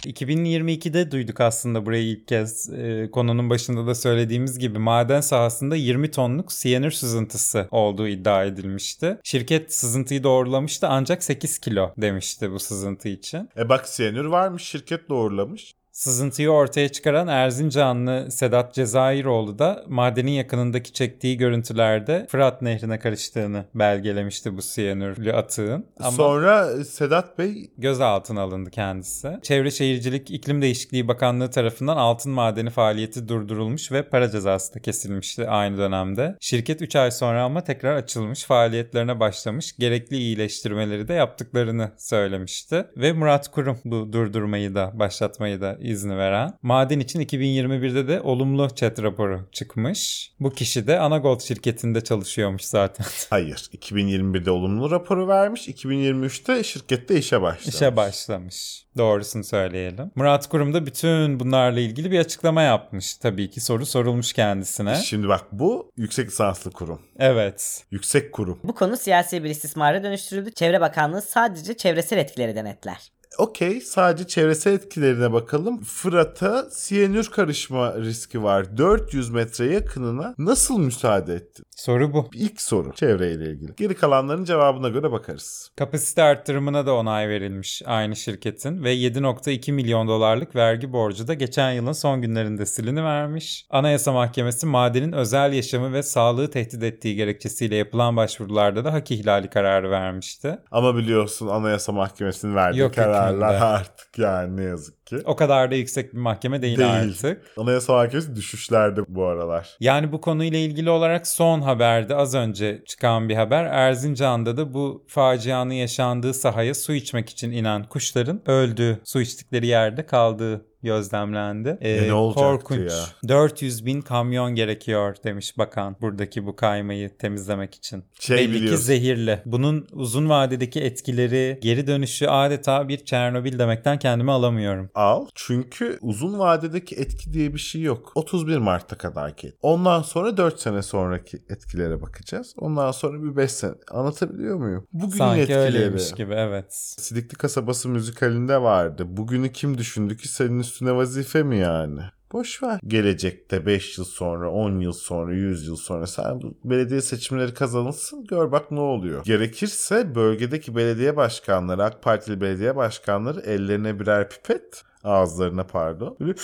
Speaker 3: 2022'de duyduk aslında burayı ilk kez Ee, konunun başında da söylediğimiz gibi maden sahasında 20 tonluk siyanür sızıntısı olduğu iddia edilmişti. Şirket sızıntıyı doğrulamıştı ancak 8 kilo demişti bu sızıntı için.
Speaker 4: E bak siyanür varmış şirket doğrulamış.
Speaker 3: Sızıntıyı ortaya çıkaran Erzincanlı Sedat Cezayiroğlu da madenin yakınındaki çektiği görüntülerde Fırat Nehri'ne karıştığını belgelemişti bu siyanürlü atığın.
Speaker 4: Sonra Sedat Bey
Speaker 3: gözaltına alındı kendisi. Çevre Şehircilik İklim Değişikliği Bakanlığı tarafından altın madeni faaliyeti durdurulmuş ve para cezası da kesilmişti aynı dönemde. Şirket 3 ay sonra ama tekrar açılmış, faaliyetlerine başlamış, gerekli iyileştirmeleri de yaptıklarını söylemişti. Ve Murat Kurum bu durdurmayı da başlatmayı da izni veren. Maden için 2021'de de olumlu chat raporu çıkmış. Bu kişi de Anagold şirketinde çalışıyormuş zaten.
Speaker 4: hayır 2021'de olumlu raporu vermiş. 2023'te şirkette işe başlamış.
Speaker 3: İşe başlamış. Doğrusunu söyleyelim. Murat Kurum da bütün bunlarla ilgili bir açıklama yapmış. Tabii ki soru sorulmuş kendisine.
Speaker 4: Şimdi bak bu yüksek lisanslı kurum.
Speaker 3: Evet.
Speaker 4: Yüksek kurum.
Speaker 6: Bu konu siyasi bir istismara dönüştürüldü. Çevre Bakanlığı sadece çevresel etkileri denetler.
Speaker 4: Okey sadece çevresel etkilerine bakalım. Fırat'a siyanür karışma riski var. 400 metre yakınına nasıl müsaade etti?
Speaker 3: Soru bu.
Speaker 4: İlk soru çevreyle ilgili. Geri kalanların cevabına göre bakarız.
Speaker 3: Kapasite arttırımına da onay verilmiş aynı şirketin ve 7.2 milyon dolarlık vergi borcu da geçen yılın son günlerinde silini vermiş. Anayasa Mahkemesi madenin özel yaşamı ve sağlığı tehdit ettiği gerekçesiyle yapılan başvurularda da hak ihlali kararı vermişti.
Speaker 4: Ama biliyorsun Anayasa Mahkemesi'nin verdiği
Speaker 3: Yok
Speaker 4: kararlar
Speaker 3: hükmünde.
Speaker 4: artık yani ne yazık ki.
Speaker 3: O kadar da yüksek bir mahkeme
Speaker 4: Değil.
Speaker 3: değil. artık.
Speaker 4: Anayasa Mahkemesi düşüşlerde bu aralar.
Speaker 3: Yani bu konuyla ilgili olarak son haberde az önce çıkan bir haber Erzincan'da da bu facianın yaşandığı sahaya su içmek için inen kuşların öldüğü, su içtikleri yerde kaldığı gözlemlendi. Ee,
Speaker 4: E, ne olacaktı
Speaker 3: korkunç.
Speaker 4: ya?
Speaker 3: 400 bin kamyon gerekiyor demiş bakan buradaki bu kaymayı temizlemek için.
Speaker 4: Şey
Speaker 3: Belli ki
Speaker 4: biliyorsun.
Speaker 3: zehirli. Bunun uzun vadedeki etkileri, geri dönüşü adeta bir Çernobil demekten kendimi alamıyorum.
Speaker 4: Al. Çünkü uzun vadedeki etki diye bir şey yok. 31 Mart'a kadarki. Ondan sonra 4 sene sonraki etkilere bakacağız. Ondan sonra bir 5 sene. Anlatabiliyor muyum? Bugünün
Speaker 3: Sanki öyleymiş
Speaker 4: etkileri.
Speaker 3: gibi evet.
Speaker 4: Sidikli Kasabası müzikalinde vardı. Bugünü kim düşündü ki senin üstüne vazife mi yani? Boş ver. Gelecekte 5 yıl sonra, 10 yıl sonra, 100 yıl sonra sen bu belediye seçimleri kazanılsın gör bak ne oluyor. Gerekirse bölgedeki belediye başkanları, AK Partili belediye başkanları ellerine birer pipet ağızlarına pardon böyle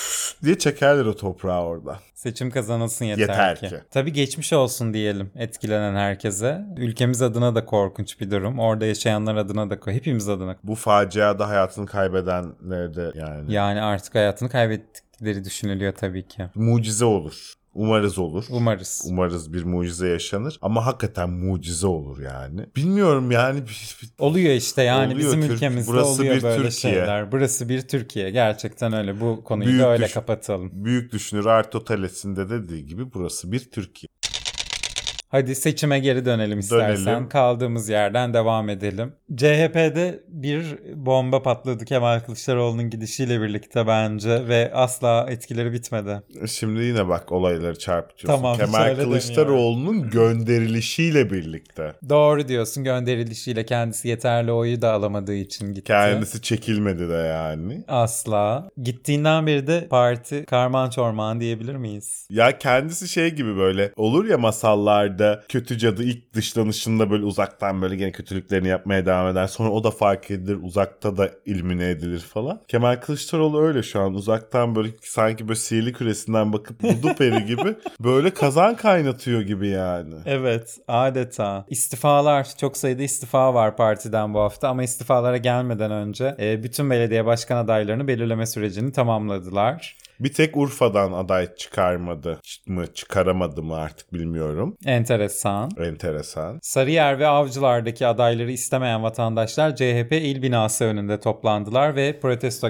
Speaker 4: diye çekerler o toprağı oradan.
Speaker 3: Seçim kazanılsın yeter,
Speaker 4: Yeter
Speaker 3: ki.
Speaker 4: ki.
Speaker 3: Tabii geçmiş olsun diyelim etkilenen herkese. Ülkemiz adına da korkunç bir durum. Orada yaşayanlar adına da hepimiz adına.
Speaker 4: Bu faciada hayatını kaybedenler de yani
Speaker 3: Yani artık hayatını kaybettikleri düşünülüyor tabii ki.
Speaker 4: mucize olur. Umarız olur.
Speaker 3: Umarız.
Speaker 4: Umarız bir mucize yaşanır ama hakikaten mucize olur yani. Bilmiyorum yani bir- bir-
Speaker 3: Oluyor işte yani
Speaker 4: Oluyor,
Speaker 3: bizim
Speaker 4: Türk-
Speaker 3: ülkemizde
Speaker 4: burası
Speaker 3: oluyor
Speaker 4: bir
Speaker 3: böyle
Speaker 4: Türkiye.
Speaker 3: şeyler. Burası bir Türkiye. Gerçekten öyle. Bu konuyu
Speaker 4: Büyük
Speaker 3: da öyle
Speaker 4: düş-
Speaker 3: kapatalım.
Speaker 4: büyük düşünür Aristoteles'in de dediği gibi burası bir Türkiye.
Speaker 3: Hadi seçime geri dönelim istersen.
Speaker 4: Dönelim.
Speaker 3: Kaldığımız yerden devam edelim. CHP'de bir bomba patladı Kemal Kılıçdaroğlu'nun gidişiyle birlikte bence ve asla etkileri bitmedi.
Speaker 4: Şimdi yine bak olayları çarpıtıyorsun.
Speaker 3: Tamam,
Speaker 4: Kemal
Speaker 3: söyle
Speaker 4: Kılıçdaroğlu'nun gönderilişiyle birlikte.
Speaker 3: Doğru diyorsun gönderilişiyle kendisi yeterli oyu da alamadığı için gitti.
Speaker 4: Kendisi çekilmedi de yani.
Speaker 3: Asla. Gittiğinden beri de parti karman çorman diyebilir miyiz?
Speaker 4: Ya kendisi şey gibi böyle olur ya masallarda kötü cadı ilk dışlanışında böyle uzaktan böyle gene kötülüklerini yapmaya devam eder. Sonra o da fark edilir uzakta da ilmine edilir falan. Kemal Kılıçdaroğlu öyle şu an uzaktan böyle sanki böyle sihirli küresinden bakıp budu peri gibi böyle kazan kaynatıyor gibi yani.
Speaker 3: Evet adeta. İstifalar çok sayıda istifa var partiden bu hafta ama istifalara gelmeden önce e, bütün belediye başkan adaylarını belirleme sürecini tamamladılar.
Speaker 4: Bir tek Urfa'dan aday çıkarmadı mı çıkaramadı mı artık bilmiyorum.
Speaker 3: Enteresan.
Speaker 4: Enteresan.
Speaker 3: Sarıyer ve Avcılar'daki adayları istemeyen vatandaşlar CHP il binası önünde toplandılar ve protesto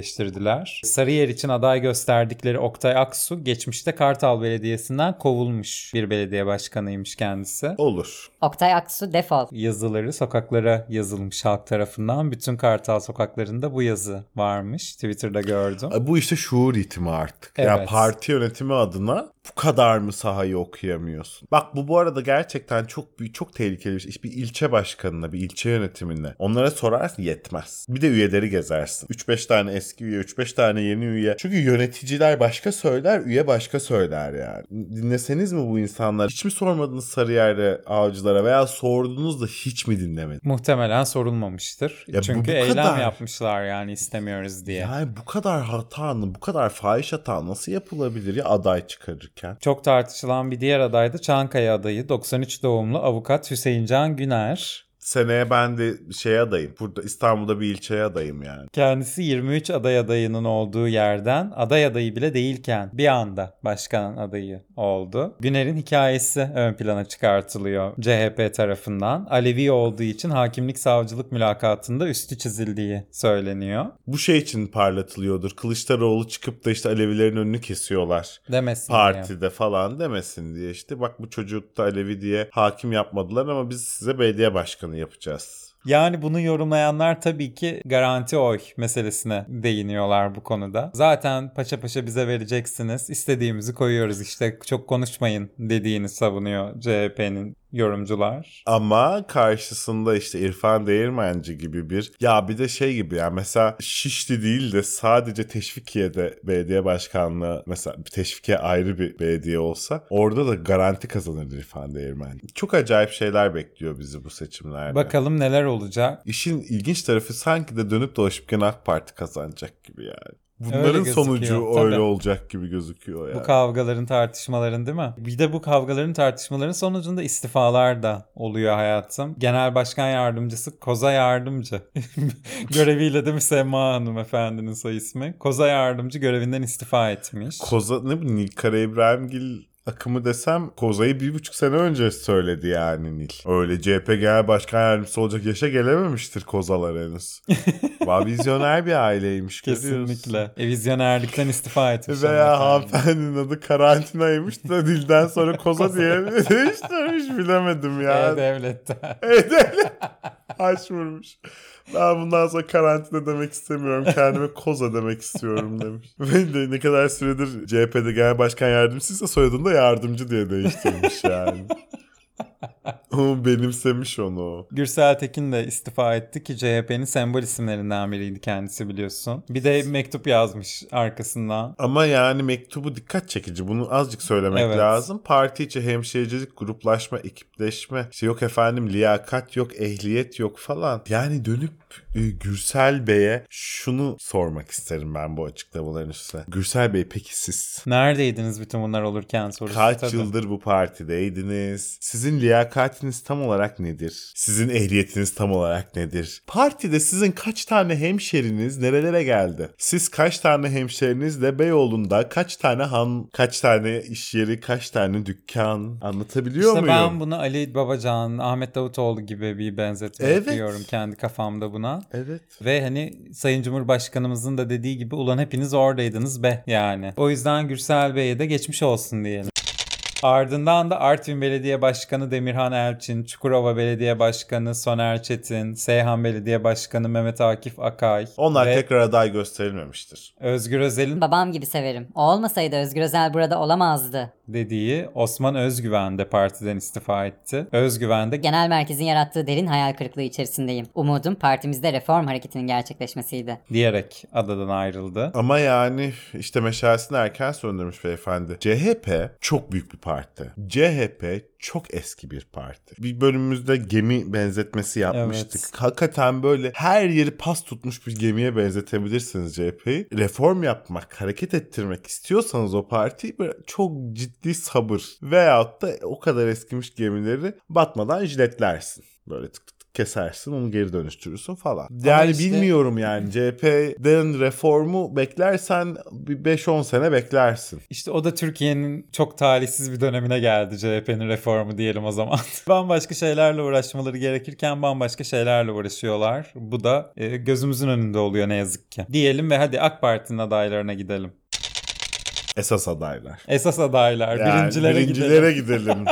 Speaker 3: gerçekleştirdiler. Sarıyer için aday gösterdikleri Oktay Aksu geçmişte Kartal Belediyesi'nden kovulmuş bir belediye başkanıymış kendisi.
Speaker 4: Olur.
Speaker 1: Oktay Aksu defol.
Speaker 3: Yazıları sokaklara yazılmış halk tarafından. Bütün Kartal sokaklarında bu yazı varmış. Twitter'da gördüm.
Speaker 4: Bu işte şuur itimi artık. Ya
Speaker 3: Evet.
Speaker 4: parti yönetimi adına bu kadar mı sahayı okuyamıyorsun? Bak bu bu arada gerçekten çok büyük, çok tehlikeli bir şey. İşte bir ilçe başkanına, bir ilçe yönetimine onlara sorarsın yetmez. Bir de üyeleri gezersin. 3-5 tane eski üye, 3-5 tane yeni üye. Çünkü yöneticiler başka söyler, üye başka söyler yani. Dinleseniz mi bu insanlar? Hiç mi sormadınız Sarıyer'e, avcılara veya sordunuz da hiç mi dinlemediniz?
Speaker 3: Muhtemelen sorulmamıştır.
Speaker 4: Ya bu-
Speaker 3: Çünkü
Speaker 4: bu
Speaker 3: eylem
Speaker 4: kadar.
Speaker 3: yapmışlar yani istemiyoruz diye.
Speaker 4: Yani bu kadar hatanın, bu kadar fahiş hata nasıl yapılabilir ya aday çıkarırken?
Speaker 3: Çok tartışılan bir diğer aday da Çankaya adayı 93 doğumlu avukat Hüseyin Can Güner.
Speaker 4: Seneye ben de şeye adayım. Burada İstanbul'da bir ilçeye adayım yani.
Speaker 3: Kendisi 23 aday adayının olduğu yerden aday adayı bile değilken bir anda başkan adayı oldu. Güner'in hikayesi ön plana çıkartılıyor CHP tarafından. Alevi olduğu için hakimlik savcılık mülakatında üstü çizildiği söyleniyor.
Speaker 4: Bu şey için parlatılıyordur. Kılıçdaroğlu çıkıp da işte Alevilerin önünü kesiyorlar.
Speaker 3: Demesin diye.
Speaker 4: Partide falan demesin diye işte bak bu çocuk da Alevi diye hakim yapmadılar ama biz size belediye başkanı yapacağız.
Speaker 3: Yani bunu yorumlayanlar tabii ki garanti oy meselesine değiniyorlar bu konuda. Zaten paşa paşa bize vereceksiniz, istediğimizi koyuyoruz işte çok konuşmayın dediğini savunuyor CHP'nin yorumcular.
Speaker 4: Ama karşısında işte İrfan Değirmenci gibi bir ya bir de şey gibi ya mesela Şişli değil de sadece Teşvikiye'de belediye başkanlığı mesela Teşvikiye ayrı bir belediye olsa orada da garanti kazanır İrfan Değirmenci. Çok acayip şeyler bekliyor bizi bu seçimlerde.
Speaker 3: Bakalım neler olacak.
Speaker 4: İşin ilginç tarafı sanki de dönüp dolaşıp gene AK Parti kazanacak gibi yani.
Speaker 3: Öyle
Speaker 4: Bunların
Speaker 3: gözüküyor,
Speaker 4: sonucu
Speaker 3: tabii.
Speaker 4: öyle olacak gibi gözüküyor yani.
Speaker 3: Bu kavgaların tartışmaların değil mi? Bir de bu kavgaların tartışmaların sonucunda istifalar da oluyor hayatım. Genel Başkan Yardımcısı Koza Yardımcı. Göreviyle de Müsemma Hanım efendinin soy ismi. Koza Yardımcı görevinden istifa etmiş.
Speaker 4: Koza ne bu Nilkara İbrahimgil akımı desem Koza'yı bir buçuk sene önce söyledi yani Nil. Öyle CHP Genel Başkan Yardımcısı olacak yaşa gelememiştir Kozalar henüz. Vay vizyoner bir aileymiş görüyorsun.
Speaker 3: Kesinlikle. E, vizyonerlikten istifa etmiş.
Speaker 4: Veya
Speaker 3: hanımefendi.
Speaker 4: hanımefendinin adı karantinaymış da dilden sonra koza diye değiştirmiş bilemedim ya.
Speaker 3: E, E-Devlet'te.
Speaker 4: Evde. Haş vurmuş. Ben bundan sonra karantina demek istemiyorum. Kendime koza demek istiyorum demiş. Ve de ne kadar süredir CHP'de genel başkan yardımcısıysa soyadını da yardımcı diye değiştirmiş yani. Ama benimsemiş onu.
Speaker 3: Gürsel Tekin de istifa etti ki CHP'nin sembol isimlerinden biriydi kendisi biliyorsun. Bir de mektup yazmış arkasından.
Speaker 4: Ama yani mektubu dikkat çekici. Bunu azıcık söylemek
Speaker 3: Evet.
Speaker 4: lazım. Parti içi hemşirecilik, gruplaşma, ekipleşme. İşte yok efendim liyakat yok, ehliyet yok falan. Yani dönüp e, Gürsel Bey'e şunu sormak isterim ben bu açıklamaların üstüne. Gürsel Bey peki siz
Speaker 3: Neredeydiniz bütün bunlar olurken sorusu
Speaker 4: kaç
Speaker 3: tabii.
Speaker 4: yıldır bu partideydiniz? Sizin liyakatiniz tam olarak nedir? Sizin ehliyetiniz tam olarak nedir? Partide sizin kaç tane hemşeriniz nerelere geldi? Siz kaç tane hemşerinizle Beyoğlu'nda kaç tane han, kaç tane iş yeri, kaç tane dükkan anlatabiliyor
Speaker 3: İşte
Speaker 4: muyum?
Speaker 3: ben bunu Ali Babacan, Ahmet Davutoğlu gibi bir benzetme
Speaker 4: Evet.
Speaker 3: yapıyorum kendi kafamda buna.
Speaker 4: Evet.
Speaker 3: Ve hani Sayın Cumhurbaşkanımızın da dediği gibi ulan hepiniz oradaydınız be yani. O yüzden Gürsel Bey'e de geçmiş olsun diyelim. Ardından da Artvin Belediye Başkanı Demirhan Elçin, Çukurova Belediye Başkanı Soner Çetin, Seyhan Belediye Başkanı Mehmet Akif Akay
Speaker 4: Onlar
Speaker 3: ve
Speaker 4: tekrar aday gösterilmemiştir.
Speaker 3: Özgür Özel'in
Speaker 1: Babam gibi severim. O olmasaydı Özgür Özel burada olamazdı.
Speaker 3: dediği Osman Özgüven de partiden istifa etti. Özgüven de
Speaker 1: Genel merkezin yarattığı derin hayal kırıklığı içerisindeyim. Umudum partimizde reform hareketinin gerçekleşmesiydi.
Speaker 3: diyerek adadan ayrıldı.
Speaker 4: Ama yani işte meşalesini erken söndürmüş beyefendi. CHP çok büyük bir parti. CHP çok eski bir parti. Bir bölümümüzde gemi benzetmesi yapmıştık.
Speaker 3: Evet.
Speaker 4: Hakikaten böyle her yeri pas tutmuş bir gemiye benzetebilirsiniz CHP'yi. Reform yapmak, hareket ettirmek istiyorsanız o partiyi böyle çok ciddi sabır veyahut da o kadar eskimiş gemileri batmadan jiletlersin. Böyle tık tık tık kesersin onu geri dönüştürürsün falan. Yani
Speaker 3: işte-
Speaker 4: bilmiyorum yani CHP'den reformu beklersen bir 5-10 sene beklersin.
Speaker 3: İşte o da Türkiye'nin çok talihsiz bir dönemine geldi CHP'nin reformu diyelim o zaman. bambaşka şeylerle uğraşmaları gerekirken bambaşka şeylerle uğraşıyorlar. Bu da e, gözümüzün önünde oluyor ne yazık ki. Diyelim ve hadi AK Parti'nin adaylarına gidelim.
Speaker 4: Esas adaylar.
Speaker 3: Esas adaylar,
Speaker 4: Yani
Speaker 3: birincilere, gidelim.
Speaker 4: birincilere gidelim.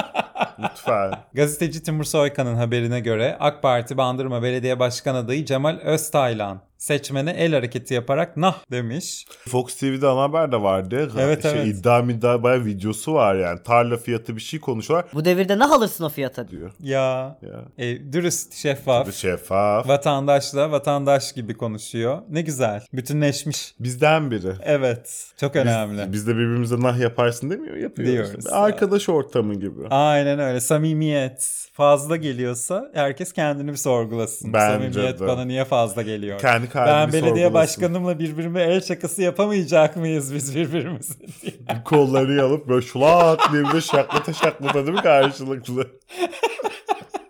Speaker 4: Lütfen.
Speaker 3: Gazeteci Timur Soykan'ın haberine göre AK Parti Bandırma Belediye Başkan adayı Cemal Öztaylan seçmene el hareketi yaparak nah demiş.
Speaker 4: Fox TV'de ana haber de vardı.
Speaker 3: Evet,
Speaker 4: şey,
Speaker 3: evet.
Speaker 4: İddia middia bayağı videosu var yani. Tarla fiyatı bir şey konuşuyorlar
Speaker 6: Bu devirde ne alırsın o fiyata diyor.
Speaker 4: diyor.
Speaker 3: Ya
Speaker 4: Ya. şey
Speaker 3: e, dürüst, şeffaf.
Speaker 4: Bu şeffaf.
Speaker 3: Vatandaşla vatandaş gibi konuşuyor. Ne güzel. Bütünleşmiş.
Speaker 4: Bizden biri.
Speaker 3: Evet. Çok önemli.
Speaker 4: Biz de birbirimize nah yaparsın demiyor yapıyoruz.
Speaker 3: Diyoruz.
Speaker 4: Arkadaş ortamı gibi.
Speaker 3: Aynen öyle. Samimiyet fazla geliyorsa herkes kendini bir sorgulasın.
Speaker 4: Bence
Speaker 3: Samimiyet
Speaker 4: de.
Speaker 3: bana niye fazla geliyor?
Speaker 4: Kendi kalbini
Speaker 3: ben belediye
Speaker 4: sorgulasın.
Speaker 3: başkanımla birbirime el şakası yapamayacak mıyız biz birbirimize diye.
Speaker 4: Kollarını alıp böyle şulat diye bir de şaklata şaklata değil mi karşılıklı?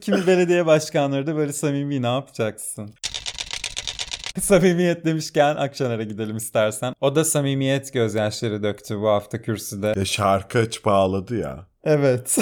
Speaker 3: Kimi belediye başkanları da böyle samimi ne yapacaksın? Samimiyet demişken Akşener'e gidelim istersen. O da samimiyet gözyaşları döktü bu hafta kürsüde.
Speaker 4: Ya şarkı açıp ağladı ya.
Speaker 3: Evet.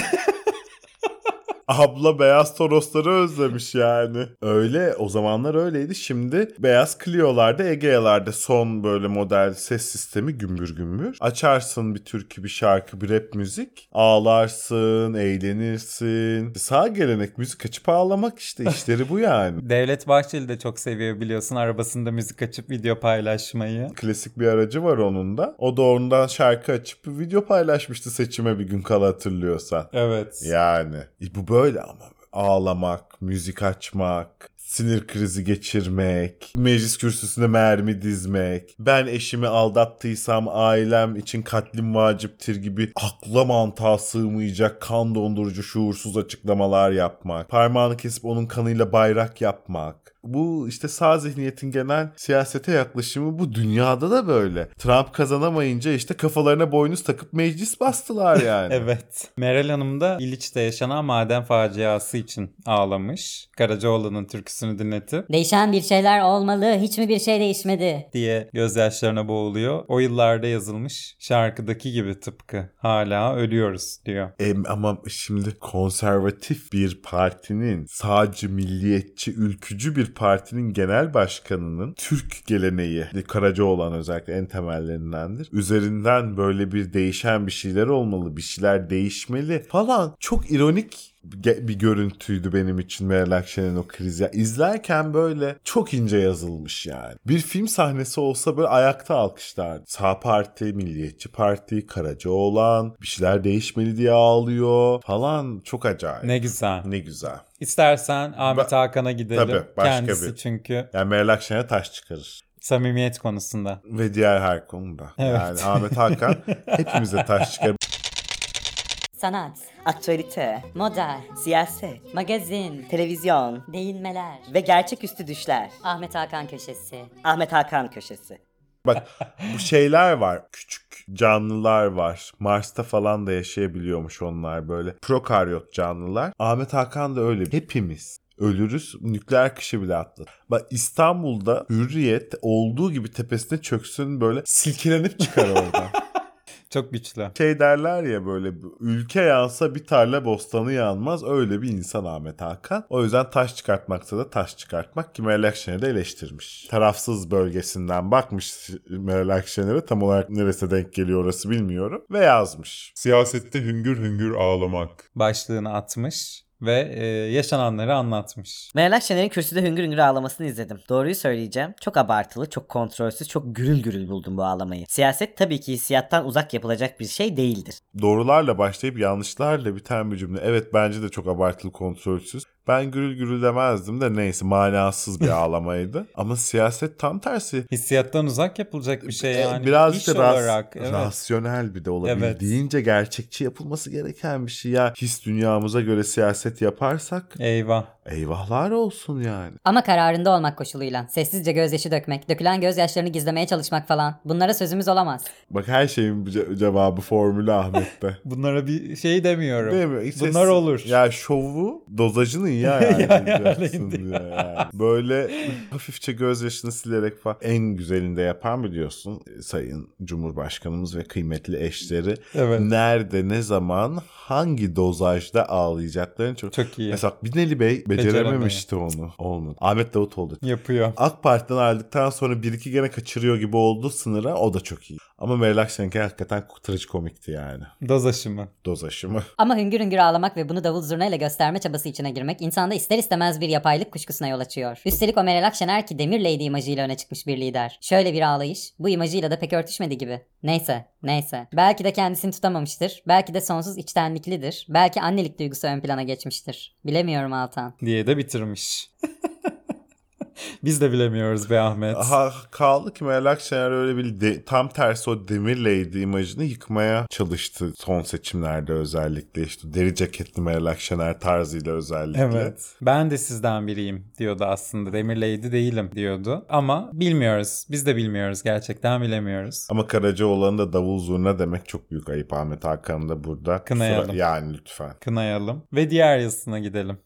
Speaker 4: Abla beyaz Torosları özlemiş yani. Öyle o zamanlar öyleydi. Şimdi beyaz Clio'larda Egea'larda son böyle model ses sistemi gümbür gümbür. Açarsın bir türkü, bir şarkı, bir rap müzik. Ağlarsın, eğlenirsin. Sağ gelenek müzik açıp ağlamak işte işleri bu yani.
Speaker 3: Devlet Bahçeli de çok seviyor biliyorsun arabasında müzik açıp video paylaşmayı.
Speaker 4: Klasik bir aracı var onun da. O da ondan şarkı açıp bir video paylaşmıştı seçime bir gün kala hatırlıyorsan.
Speaker 3: Evet.
Speaker 4: Yani E, bu böyle ama ağlamak, müzik açmak, sinir krizi geçirmek, meclis kürsüsüne mermi dizmek, ben eşimi aldattıysam ailem için katlim vaciptir gibi akla mantığa sığmayacak kan dondurucu şuursuz açıklamalar yapmak, parmağını kesip onun kanıyla bayrak yapmak, Bu işte sağ zihniyetin genel siyasete yaklaşımı bu dünyada da böyle. Trump kazanamayınca işte kafalarına boynuz takıp meclis bastılar yani.
Speaker 3: Evet. Meral Hanım da İliç'te yaşanan maden faciası için ağlamış. Karacaoğlan'ın türküsünü dinletip
Speaker 1: Değişen bir şeyler olmalı. Hiç mi bir şey değişmedi?
Speaker 3: diye gözyaşlarına boğuluyor. O yıllarda yazılmış şarkıdaki gibi tıpkı. Hala ölüyoruz diyor.
Speaker 4: E, ama şimdi konservatif bir partinin sağcı, milliyetçi, ülkücü bir partinin genel başkanının Türk geleneği, Karacaoğlan özellikle en temellerindendir. Üzerinden böyle bir değişen bir şeyler olmalı, bir şeyler değişmeli falan çok ironik ge- bir görüntüydü benim için Meral Akşener'in o kriz. Ya izlerken böyle çok ince yazılmış yani. Bir film sahnesi olsa böyle ayakta alkışlardı. Sağ Parti, Milliyetçi Parti, Karacaoğlan bir şeyler değişmeli diye ağlıyor falan. Çok acayip.
Speaker 3: Ne güzel.
Speaker 4: Ne güzel.
Speaker 3: İstersen Ahmet
Speaker 4: Ba-
Speaker 3: Hakan'a gidelim.
Speaker 4: Tabii, başka
Speaker 3: Kendisi
Speaker 4: bir-
Speaker 3: çünkü
Speaker 4: Yani Meral Akşener taş çıkarır.
Speaker 3: samimiyet konusunda.
Speaker 4: Ve diğer her konuda.
Speaker 3: Evet.
Speaker 4: Yani Ahmet Hakan hepimize taş çıkarır.
Speaker 1: Sanat,
Speaker 6: Aktüelite,
Speaker 1: moda,
Speaker 6: siyaset,
Speaker 1: magazin,
Speaker 6: televizyon
Speaker 1: değinmeler,
Speaker 6: ve gerçeküstü düşler.
Speaker 1: Ahmet Hakan köşesi.
Speaker 6: Ahmet Hakan köşesi.
Speaker 4: Bak bu şeyler var. Küçük canlılar var. Mars'ta falan da yaşayabiliyormuş onlar böyle. Prokaryot canlılar. Ahmet Hakan da öyle. Hepimiz ölürüz. Nükleer kışı bile atladı. Bak İstanbul'da hürriyet olduğu gibi tepesine çöksün böyle silkelenip çıkar oradan.
Speaker 3: Çok güçlü.
Speaker 4: şey derler ya böyle ülke yansa bir tarla bostanı yanmaz öyle bir insan Ahmet Hakan. O yüzden taş çıkartmakta da taş çıkartmak ki Meral Akşener'i de eleştirmiş. Tarafsız bölgesinden bakmış Meral Akşener'e tam olarak neresi denk geliyor orası bilmiyorum ve yazmış.
Speaker 5: Siyasette hüngür hüngür ağlamak.
Speaker 3: Başlığını atmış ve e, yaşananları anlatmış.
Speaker 6: Meral Akşener'in kürsüde hüngür hüngür ağlamasını izledim. Doğruyu söyleyeceğim. Çok abartılı, çok kontrolsüz, çok gürül gürül buldum bu ağlamayı. Siyaset tabii ki hissiyattan uzak yapılacak bir şey değildir.
Speaker 4: Doğrularla başlayıp yanlışlarla biten bir cümle. Evet bence de çok abartılı kontrolsüz. Ben gürül gürül demezdim de neyse manasız bir ağlamaydı. Ama siyaset tam tersi
Speaker 3: Hissiyattan uzak yapılacak bir şey
Speaker 4: E,
Speaker 3: yani. İş
Speaker 4: Birazcık da ras-
Speaker 3: olarak. evet.
Speaker 4: rasyonel bir
Speaker 3: Evet.
Speaker 4: de olabildiğince gerçekçi yapılması gereken bir şey ya. His dünyamıza göre siyaset yaparsak
Speaker 3: Eyvah.
Speaker 4: eyvahlar olsun yani.
Speaker 1: Ama kararında olmak koşuluyla. Sessizce gözyaşı dökmek, dökülen gözyaşlarını gizlemeye çalışmak falan. Bunlara sözümüz olamaz.
Speaker 4: Bak her şeyin bir ce- cevabı formülü Ahmet'te.
Speaker 3: Bunlara bir şey demiyorum.
Speaker 4: Değil mi? İşte
Speaker 3: Bunlar
Speaker 4: s-
Speaker 3: olur.
Speaker 4: Ya şovu dozajını iyi ayarlayacaksın
Speaker 3: ayarlayın
Speaker 4: diyor
Speaker 3: diyor.
Speaker 4: yani. Böyle hafifçe gözyaşını silerek falan. En güzelini de yapan biliyorsun e, Sayın Cumhurbaşkanımız ve kıymetli eşleri.
Speaker 3: Evet.
Speaker 4: Nerede, ne zaman, hangi dozajda ağlayacaklarını çok
Speaker 3: Çok iyi.
Speaker 4: Mesela Binali Bey becerememişti onu. Olmadı. Ahmet Davutoğlu.
Speaker 3: Yapıyor.
Speaker 4: AK Parti'den ayrıldıktan sonra bir iki gene kaçırıyor gibi oldu sınıra. O da çok iyi. Ama Meral Akşener hakikaten komikti yani.
Speaker 3: Doz aşımı.
Speaker 4: Doz aşımı.
Speaker 1: Ama hüngür hüngür ağlamak ve bunu davul zurnayla gösterme çabası içine girmek insanda ister istemez bir yapaylık kuşkusuna yol açıyor. Üstelik o Meral Akşener ki Demir Lady imajıyla öne çıkmış bir lider. Şöyle bir ağlayış bu imajıyla da pek örtüşmedi gibi. Neyse, neyse. Belki de kendisini tutamamıştır. Belki de sonsuz içtenliklidir. Belki annelik duygusu ön plana geçmiştir. Bilemiyorum Altan.
Speaker 3: diye de bitirmiş. Biz de bilemiyoruz be Ahmet.
Speaker 4: Aha, kaldı ki Meral Akşener öyle bir de- tam tersi o demir lady imajını yıkmaya çalıştı son seçimlerde özellikle. işte deri ceketli Meral Akşener tarzıyla özellikle.
Speaker 3: Evet. Ben de sizden biriyim diyordu aslında. Demirleydi değilim diyordu. Ama bilmiyoruz. Biz de bilmiyoruz. Gerçekten bilemiyoruz.
Speaker 4: Ama Karacaoğlan'ın da davul zurna demek çok büyük ayıp Ahmet Hakan'ın da burada.
Speaker 3: Kınayalım.
Speaker 4: Kusura- Yani lütfen.
Speaker 3: Kınayalım. Ve diğer yazısına gidelim.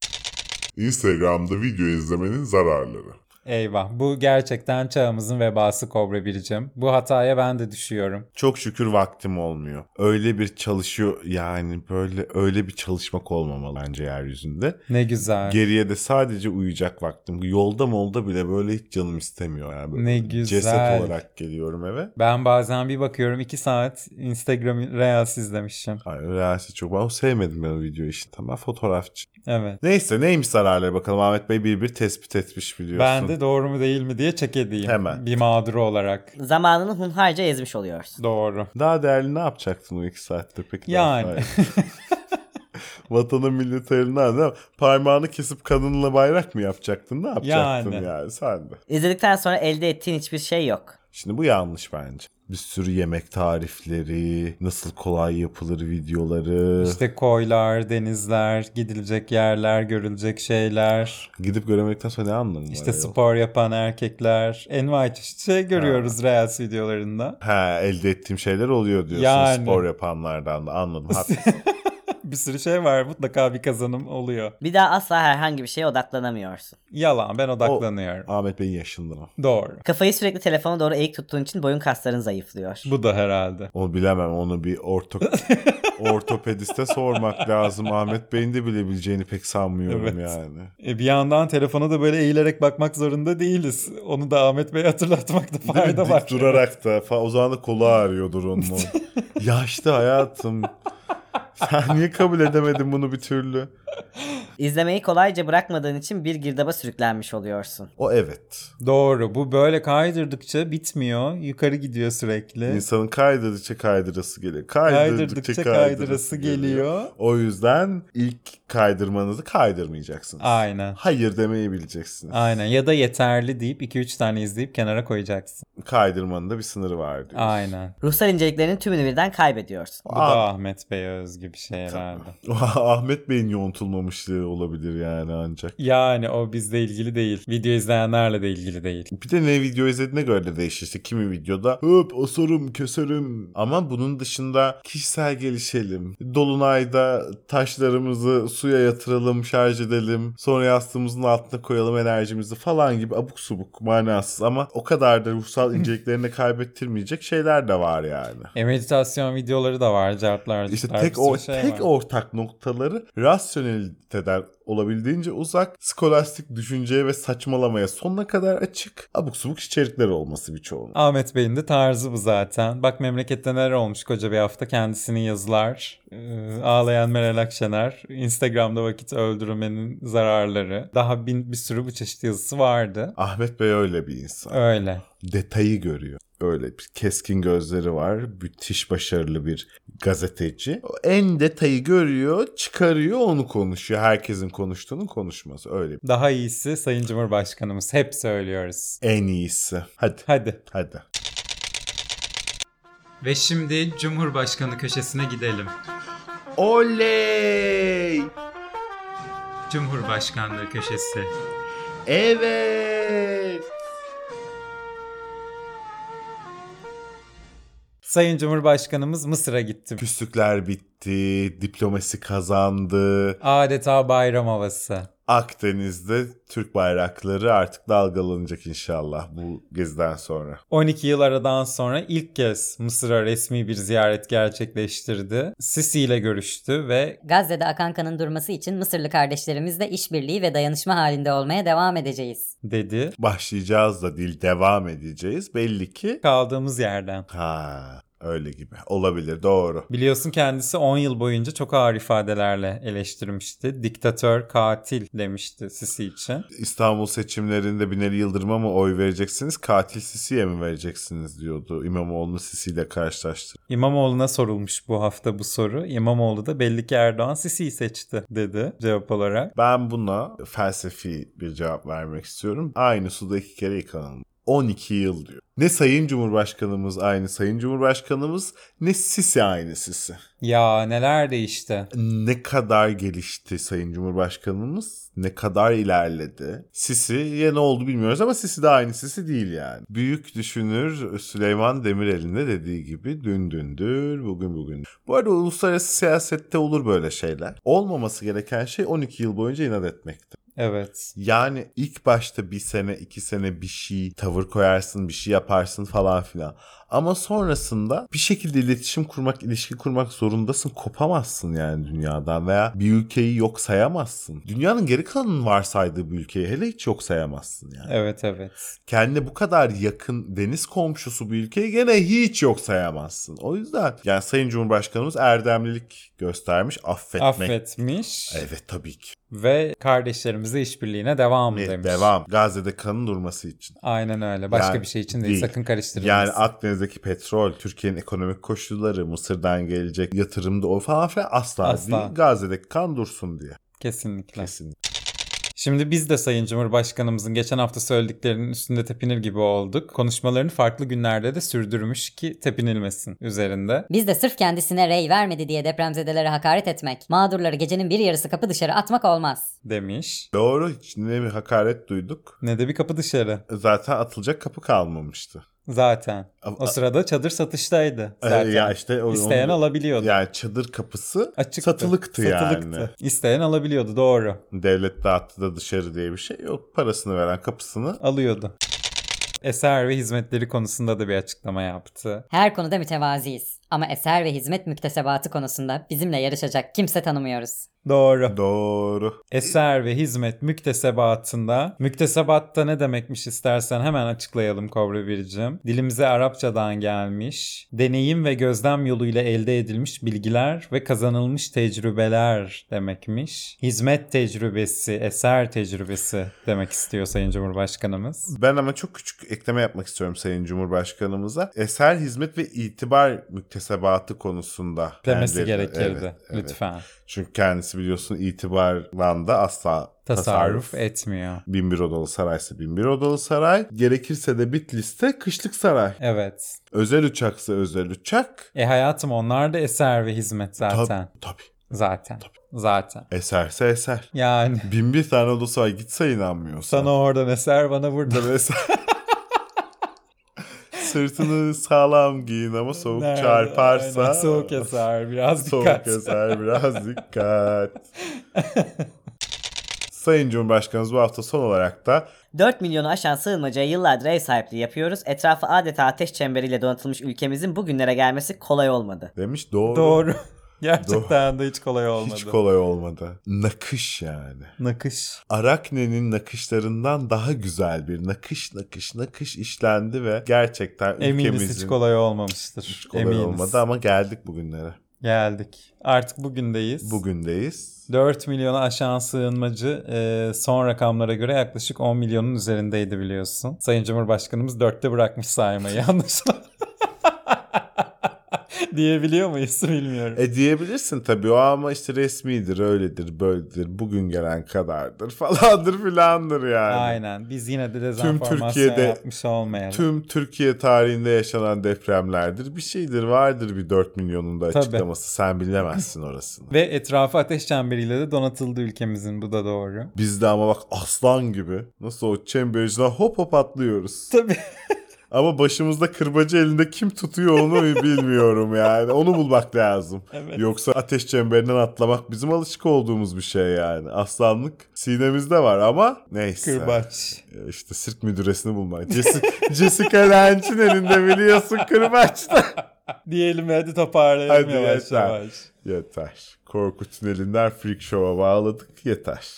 Speaker 5: Instagram'da video izlemenin zararları.
Speaker 3: Eyvah. Bu gerçekten çağımızın vebası Kobra Biricim. Bu hataya ben de düşüyorum.
Speaker 4: Çok şükür vaktim olmuyor. Öyle bir çalışıyor yani böyle öyle bir çalışmak olmamalı bence yeryüzünde.
Speaker 3: Ne güzel.
Speaker 4: Geriye de sadece uyuyacak vaktim. Yolda molda bile böyle hiç canım istemiyor yani. Böyle
Speaker 3: Ne güzel.
Speaker 4: Ceset olarak geliyorum eve.
Speaker 3: ben bazen bir bakıyorum 2 saat Instagram Reels izlemişim.
Speaker 4: Ay realisi çok. Ben o sevmedim ben o video işi. Tamam fotoğrafçı.
Speaker 3: Evet.
Speaker 4: Neyse neymiş zararları bakalım. Ahmet Bey bir bir tespit etmiş biliyorsun.
Speaker 3: Ben de doğru mu değil mi diye check edeyim.
Speaker 4: Hemen.
Speaker 3: Bir mağduru olarak.
Speaker 6: Zamanını hunharca ezmiş oluyorsun.
Speaker 3: Doğru.
Speaker 4: Daha değerli ne yapacaktın o iki saattir peki?
Speaker 3: Yani.
Speaker 4: Vatanın millet elinden değil mi? Parmağını kesip kadınla bayrak mı yapacaktın? Ne yapacaktın yani,
Speaker 3: Yani.
Speaker 4: sen de?
Speaker 6: İzledikten sonra elde ettiğin hiçbir şey yok.
Speaker 4: Şimdi bu yanlış bence. Bir sürü yemek tarifleri, nasıl kolay yapılır videoları.
Speaker 3: İşte koylar, denizler, gidilecek yerler, görülecek şeyler.
Speaker 4: Gidip göremekten sonra ne anlamı var?
Speaker 3: İşte
Speaker 4: ayol?
Speaker 3: spor yapan erkekler. Envai çeşit şey görüyoruz Reels videolarında.
Speaker 4: Ha elde ettiğim şeyler oluyor diyorsun
Speaker 3: Yani.
Speaker 4: spor yapanlardan da anladım. Haklısın.
Speaker 3: Bir sürü şey var mutlaka bir kazanım oluyor.
Speaker 6: Bir daha asla herhangi bir şeye odaklanamıyorsun.
Speaker 3: Yalan ben odaklanıyorum.
Speaker 4: Ahmet Bey'in yaşındırım.
Speaker 3: Doğru.
Speaker 6: Kafayı sürekli telefona doğru eğik tuttuğun için boyun kasların zayıflıyor.
Speaker 3: Bu da herhalde.
Speaker 4: Onu bilemem onu bir orto ortopediste sormak lazım. Ahmet Bey'in de bilebileceğini pek sanmıyorum
Speaker 3: Evet.
Speaker 4: yani.
Speaker 3: E, bir yandan telefona da böyle eğilerek bakmak zorunda değiliz. Onu da Ahmet Bey hatırlatmakta
Speaker 4: Değil mi?
Speaker 3: fayda var.
Speaker 4: Dik durarak da falan. O zaman da kolu ağrıyordur onun. o. Yaşlı hayatım. Sen niye kabul edemedin bunu bir türlü?
Speaker 6: İzlemeyi kolayca bırakmadığın için bir girdaba sürüklenmiş oluyorsun.
Speaker 4: O evet.
Speaker 3: Doğru. Bu böyle kaydırdıkça bitmiyor. Yukarı gidiyor sürekli.
Speaker 4: İnsanın kaydırdıkça kaydırası geliyor.
Speaker 3: E? Kaydırdıkça kaydırası geliyor.
Speaker 4: O yüzden ilk kaydırmanızı kaydırmayacaksınız.
Speaker 3: Aynen.
Speaker 4: Hayır demeyi bileceksiniz.
Speaker 3: Aynen. Ya da yeterli deyip 2-3 tane izleyip kenara koyacaksın.
Speaker 4: Kaydırmanın da bir sınırı var diyor.
Speaker 3: Aynen.
Speaker 6: Ruhsal inceliklerinin tümünü birden kaybediyorsun.
Speaker 3: Bu
Speaker 4: Aa.
Speaker 3: da Ahmet Bey'e özgü bir şey herhalde.
Speaker 4: Ahmet Bey'in yontulmamışlığı olabilir yani ancak.
Speaker 3: Yani o bizle ilgili değil. Video izleyenlerle de ilgili değil.
Speaker 4: Bir de ne video izlediğine göre de değişir. İşte kimi videoda hıp osurum köserim ama bunun dışında kişisel gelişelim. Dolunayda taşlarımızı suya yatıralım, şarj edelim. Sonra yastığımızın altına koyalım enerjimizi falan gibi abuk subuk manasız ama o kadar da ruhsal inceliklerini kaybettirmeyecek şeyler de var yani.
Speaker 3: E meditasyon videoları da var. Cartlar,
Speaker 4: İşte
Speaker 3: cartlar, bir
Speaker 4: tek
Speaker 3: sürü
Speaker 4: o
Speaker 3: şey
Speaker 4: tek
Speaker 3: var.
Speaker 4: ortak noktaları rasyoneliteden olabildiğince uzak, skolastik düşünceye ve saçmalamaya sonuna kadar açık, abuk subuk içerikler olması birçoğunun.
Speaker 3: Ahmet Bey'in de tarzı bu zaten. Bak memlekette neler olmuş koca bir hafta. Kendisinin yazılar, e, ağlayan Meral Akşener, Instagram'da vakit öldürmenin zararları. Daha bin, bir sürü bu çeşit yazısı vardı.
Speaker 4: Ahmet Bey öyle bir insan.
Speaker 3: Öyle.
Speaker 4: Detayı görüyor. Öyle bir keskin gözleri var. Müthiş başarılı bir gazeteci. O En detayı görüyor, çıkarıyor, onu konuşuyor. Herkesin konuştuğunu konuşmaz. Öyle bir-
Speaker 3: Daha iyisi Sayın Cumhurbaşkanımız. Hep söylüyoruz.
Speaker 4: en iyisi. Hadi.
Speaker 3: Hadi.
Speaker 4: Hadi.
Speaker 3: Ve şimdi Cumhurbaşkanı köşesine gidelim.
Speaker 7: Oley!
Speaker 3: Cumhurbaşkanlığı köşesi.
Speaker 7: Evet!
Speaker 3: Sayın Cumhurbaşkanımız Mısır'a gitti.
Speaker 4: Küslükler bitti, diplomasi kazandı.
Speaker 3: Adeta bayram havası.
Speaker 4: Akdeniz'de Türk bayrakları artık dalgalanacak inşallah bu geziden sonra.
Speaker 3: 12 yıl aradan sonra ilk kez Mısır'a resmi bir ziyaret gerçekleştirdi. Sisi ile görüştü ve
Speaker 1: Gazze'de akan kanın durması için Mısırlı kardeşlerimizle işbirliği ve dayanışma halinde olmaya devam edeceğiz.
Speaker 3: dedi
Speaker 4: Başlayacağız da değil devam edeceğiz belli ki.
Speaker 3: kaldığımız yerden.
Speaker 4: Ha öyle gibi olabilir doğru.
Speaker 3: Biliyorsun kendisi 10 yıl boyunca çok ağır ifadelerle eleştirmişti. Diktatör, katil demişti Sisi için.
Speaker 4: İstanbul seçimlerinde Binali Yıldırım'a mı oy vereceksiniz katil Sisi'ye mi vereceksiniz diyordu. İmamoğlu'nu Sisi'yle karşılaştır.
Speaker 3: İmamoğlu'na sorulmuş bu hafta bu soru. İmamoğlu da belli ki Erdoğan Sisi'yi seçti dedi cevap olarak.
Speaker 4: Ben buna felsefi bir cevap vermek istiyorum. Aynı suda iki kere yıkanalım. 12 yıl diyor. Ne Sayın Cumhurbaşkanımız aynı Sayın Cumhurbaşkanımız ne Sisi aynı Sisi.
Speaker 3: Ya neler değişti.
Speaker 4: ne kadar gelişti Sayın Cumhurbaşkanımız, ne kadar ilerledi. Sisi'ye ne oldu bilmiyoruz ama Sisi de aynı Sisi değil yani. Büyük düşünür Süleyman Demirel'in de dediği gibi dün dündür, bugün bugün. Bu arada uluslararası siyasette olur böyle şeyler. Olmaması gereken şey 12 yıl boyunca inat etmekti.
Speaker 3: Evet.
Speaker 4: Yani ilk başta bir sene, iki sene bir şey tavır koyarsın, bir şey yaparsın falan filan. Ama sonrasında bir şekilde iletişim kurmak, ilişki kurmak zorundasın. Kopamazsın yani dünyadan veya bir ülkeyi yok sayamazsın. Dünyanın geri kalanının varsaydığı bir ülkeyi hele hiç yok sayamazsın yani.
Speaker 3: Evet evet.
Speaker 4: Kendine bu kadar yakın deniz komşusu bir ülkeyi gene hiç yok sayamazsın. O yüzden yani Sayın Cumhurbaşkanımız erdemlilik göstermiş, affetmek.
Speaker 3: Affetmiş.
Speaker 4: Evet tabii ki.
Speaker 3: ve kardeşlerimize işbirliğine devam
Speaker 4: Ne-
Speaker 3: demiş.
Speaker 4: Devam. Gazze'de kanın durması için.
Speaker 3: Aynen öyle. Başka
Speaker 4: Yani
Speaker 3: bir şey için değil.
Speaker 4: değil.
Speaker 3: Sakın karıştırmayın.
Speaker 4: Yani Akdeniz'deki petrol, Türkiye'nin ekonomik koşulları, Mısır'dan gelecek yatırımda o falan filan asla,
Speaker 3: Asla.
Speaker 4: değil. Gazze'deki kan dursun diye.
Speaker 3: Kesinlikle.
Speaker 4: Kesin.
Speaker 3: Şimdi biz de Sayın Cumhurbaşkanımızın geçen hafta söylediklerinin üstünde tepinir gibi olduk. Konuşmalarını farklı günlerde de sürdürmüş ki tepinilmesin üzerinde.
Speaker 1: Biz de sırf kendisine rey vermedi diye depremzedelere hakaret etmek, mağdurları gecenin bir yarısı kapı dışarı atmak olmaz.
Speaker 3: demiş.
Speaker 4: Doğru hiç ne bir hakaret duyduk.
Speaker 3: Ne de bir kapı dışarı.
Speaker 4: Zaten atılacak kapı kalmamıştı.
Speaker 3: Zaten.
Speaker 4: A-
Speaker 3: O sırada çadır satıştaydı.
Speaker 4: a-
Speaker 3: Zaten.
Speaker 4: ya işte o-
Speaker 3: İsteyen
Speaker 4: onu-
Speaker 3: alabiliyordu.
Speaker 4: Yani çadır kapısı
Speaker 3: Açıktı.
Speaker 4: satılıktı, yani.
Speaker 3: Satılıktı. İsteyen alabiliyordu doğru.
Speaker 4: Devlet dağıttı da dışarı diye bir şey yok. Parasını veren kapısını
Speaker 3: Alıyordu. Eser ve hizmetleri konusunda da bir açıklama yaptı.
Speaker 1: Her konuda mütevaziyiz. Ama eser ve hizmet müktesebatı konusunda bizimle yarışacak kimse tanımıyoruz.
Speaker 3: Doğru.
Speaker 4: doğru.
Speaker 3: Eser ve hizmet müktesebatında. Müktesebatta ne demekmiş istersen hemen açıklayalım Kobra Biricim. Dilimize Arapçadan gelmiş. Deneyim ve gözlem yoluyla elde edilmiş bilgiler ve kazanılmış tecrübeler demekmiş. Hizmet tecrübesi, eser tecrübesi demek istiyor Sayın Cumhurbaşkanımız.
Speaker 4: Ben ama çok küçük ekleme yapmak istiyorum Sayın Cumhurbaşkanımıza. Eser, hizmet ve itibar müktesebatı konusunda.
Speaker 3: Demesi
Speaker 4: bence de-
Speaker 3: gerekirdi
Speaker 4: evet, evet.
Speaker 3: lütfen.
Speaker 4: Çünkü kendisi biliyorsun itibarla da asla
Speaker 3: Tasarruf,
Speaker 4: tasarruf,
Speaker 3: etmiyor.
Speaker 4: Bin bir odalı saraysa bin bir odalı saray. Gerekirse de Bitlis'te kışlık saray.
Speaker 3: Evet.
Speaker 4: Özel uçaksa özel uçak.
Speaker 3: E hayatım onlar da eser ve hizmet
Speaker 4: Tab-
Speaker 3: zaten.
Speaker 4: Tabii.
Speaker 3: Zaten. Zaten.
Speaker 4: Eserse eser.
Speaker 3: Yani
Speaker 4: Bin bir tane odası var gitse inanmıyorsun.
Speaker 3: sana oradan eser bana buradan.
Speaker 4: Tabii eser. Sırtını sağlam giyin ama soğuk
Speaker 3: Nerede?
Speaker 4: çarparsa.
Speaker 3: Aynen, soğuk eser biraz
Speaker 4: Soğuk
Speaker 3: dikkat.
Speaker 4: eser biraz dikkat. Sayın Cumhurbaşkanımız bu hafta son olarak da
Speaker 6: 4 milyonu aşan sığınmacıya yıllardır ev sahipliği yapıyoruz. Etrafı adeta ateş çemberiyle donatılmış ülkemizin bugünlere gelmesi kolay olmadı.
Speaker 4: demiş doğru.
Speaker 3: Doğru. Gerçekten de hiç kolay olmadı.
Speaker 4: Hiç kolay olmadı. Nakış yani.
Speaker 3: Nakış.
Speaker 4: Arakne'nin nakışlarından daha güzel bir nakış nakış nakış işlendi ve gerçekten
Speaker 3: Eminiz hiç
Speaker 4: ülkemizin
Speaker 3: kolay olmamıştır.
Speaker 4: hiç kolay
Speaker 3: Eminiz.
Speaker 4: olmadı ama geldik bugünlere.
Speaker 3: Geldik. Artık bugündeyiz.
Speaker 4: Bugündeyiz.
Speaker 3: 4 milyonu aşan sığınmacı e, son rakamlara göre yaklaşık 10 milyonun üzerindeydi biliyorsun. Sayın Cumhurbaşkanımız 4'te bırakmış saymayı yanlışla. Diyebiliyor muyuz bilmiyorum.
Speaker 4: E diyebilirsin tabii o ama işte resmidir, öyledir, böyledir, bugün gelen kadardır falandır filandır yani.
Speaker 3: Aynen. Biz yine de dezenformasyon
Speaker 4: Türkiye'de-
Speaker 3: yapmış olmayalım.
Speaker 4: Tüm Türkiye tarihinde yaşanan depremlerdir. Bir şeydir vardır bir 4 milyonun da
Speaker 3: Tabii.
Speaker 4: açıklaması. Sen bilemezsin orasını.
Speaker 3: Ve etrafı ateş çemberiyle de donatıldı ülkemizin. Bu da doğru.
Speaker 4: Biz de ama bak aslan gibi nasıl o çembercinden hop hop atlıyoruz.
Speaker 3: Tabii.
Speaker 4: Ama başımızda kırbacı elinde kim tutuyor onu bilmiyorum yani. Onu bulmak lazım.
Speaker 3: Evet.
Speaker 4: Yoksa ateş çemberinden atlamak bizim alışık olduğumuz bir şey yani. Aslanlık sinemizde var ama neyse.
Speaker 3: Kırbaç.
Speaker 4: Ee, İşte sirk müdüresini bulmak. Jessica, Jessica Lange'in elinde biliyorsun kırbaçta.
Speaker 3: Diyelim hadi toparlayalım
Speaker 4: Hadi
Speaker 3: yavaş
Speaker 4: yeter.
Speaker 3: yavaş.
Speaker 4: Yeter. Korkut'un elinden Freak Show'a bağladık. Yeter.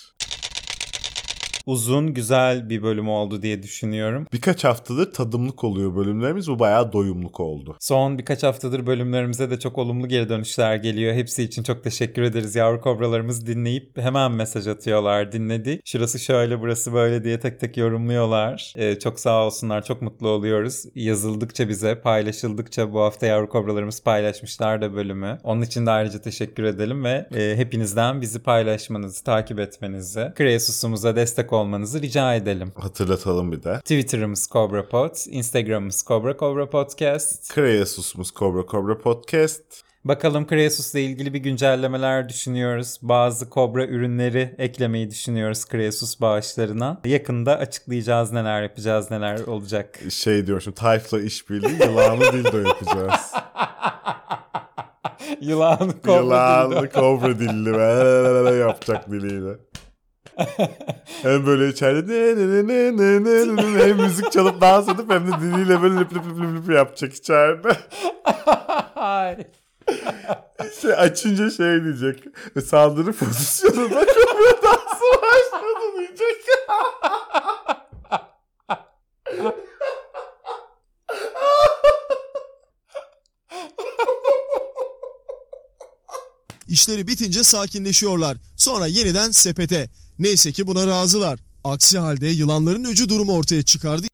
Speaker 3: Uzun güzel bir bölüm oldu diye düşünüyorum.
Speaker 4: Birkaç haftadır tadımlık oluyor bölümlerimiz. Bu bayağı doyumluk oldu.
Speaker 3: Son birkaç haftadır bölümlerimize de çok olumlu geri dönüşler geliyor. Hepsi için çok teşekkür ederiz. Yavru kobralarımız dinleyip hemen mesaj atıyorlar. Dinledik. Şurası şöyle burası böyle diye tek tek yorumluyorlar. Ee, çok sağ olsunlar. Çok mutlu oluyoruz. Yazıldıkça bize paylaşıldıkça bu hafta yavru kobralarımız paylaşmışlar da bölümü. Onun için de ayrıca teşekkür edelim ve e, hepinizden bizi paylaşmanızı, takip etmenizi, Kreasus'umuza destek olmanızı rica edelim.
Speaker 4: Hatırlatalım bir de.
Speaker 3: Twitter'ımız CobraPod, Instagram'ımız Cobra Cobra Podcast.
Speaker 4: Kraya susmuş Kobra Kobra Podcast.
Speaker 3: Bakalım Kreasus'la ilgili bir güncellemeler düşünüyoruz. Bazı kobra ürünleri eklemeyi düşünüyoruz Kreasus bağışlarına. Yakında açıklayacağız neler yapacağız neler olacak.
Speaker 4: Şey diyorum şimdi Tayf'la işbirliği yılanlı dildo yapacağız.
Speaker 3: Yılan kobra dildo.
Speaker 4: yılanlı kobra dilli böyle yapacak diliyle. hem böyle içeride ne ne ne ne ne ne ne ne hem müzik çalıp dans edip hem de diliyle böyle lüp lüp lüp lüp lüp yapacak içeride.
Speaker 3: Ay.
Speaker 4: Şey, açınca şey diyecek. Saldırı pozisyonunda kobra dansı başladı diyecek.
Speaker 2: İşleri bitince sakinleşiyorlar. Sonra yeniden sepete. Neyse ki buna razılar. Aksi halde yılanların öcü durumu ortaya çıkardı.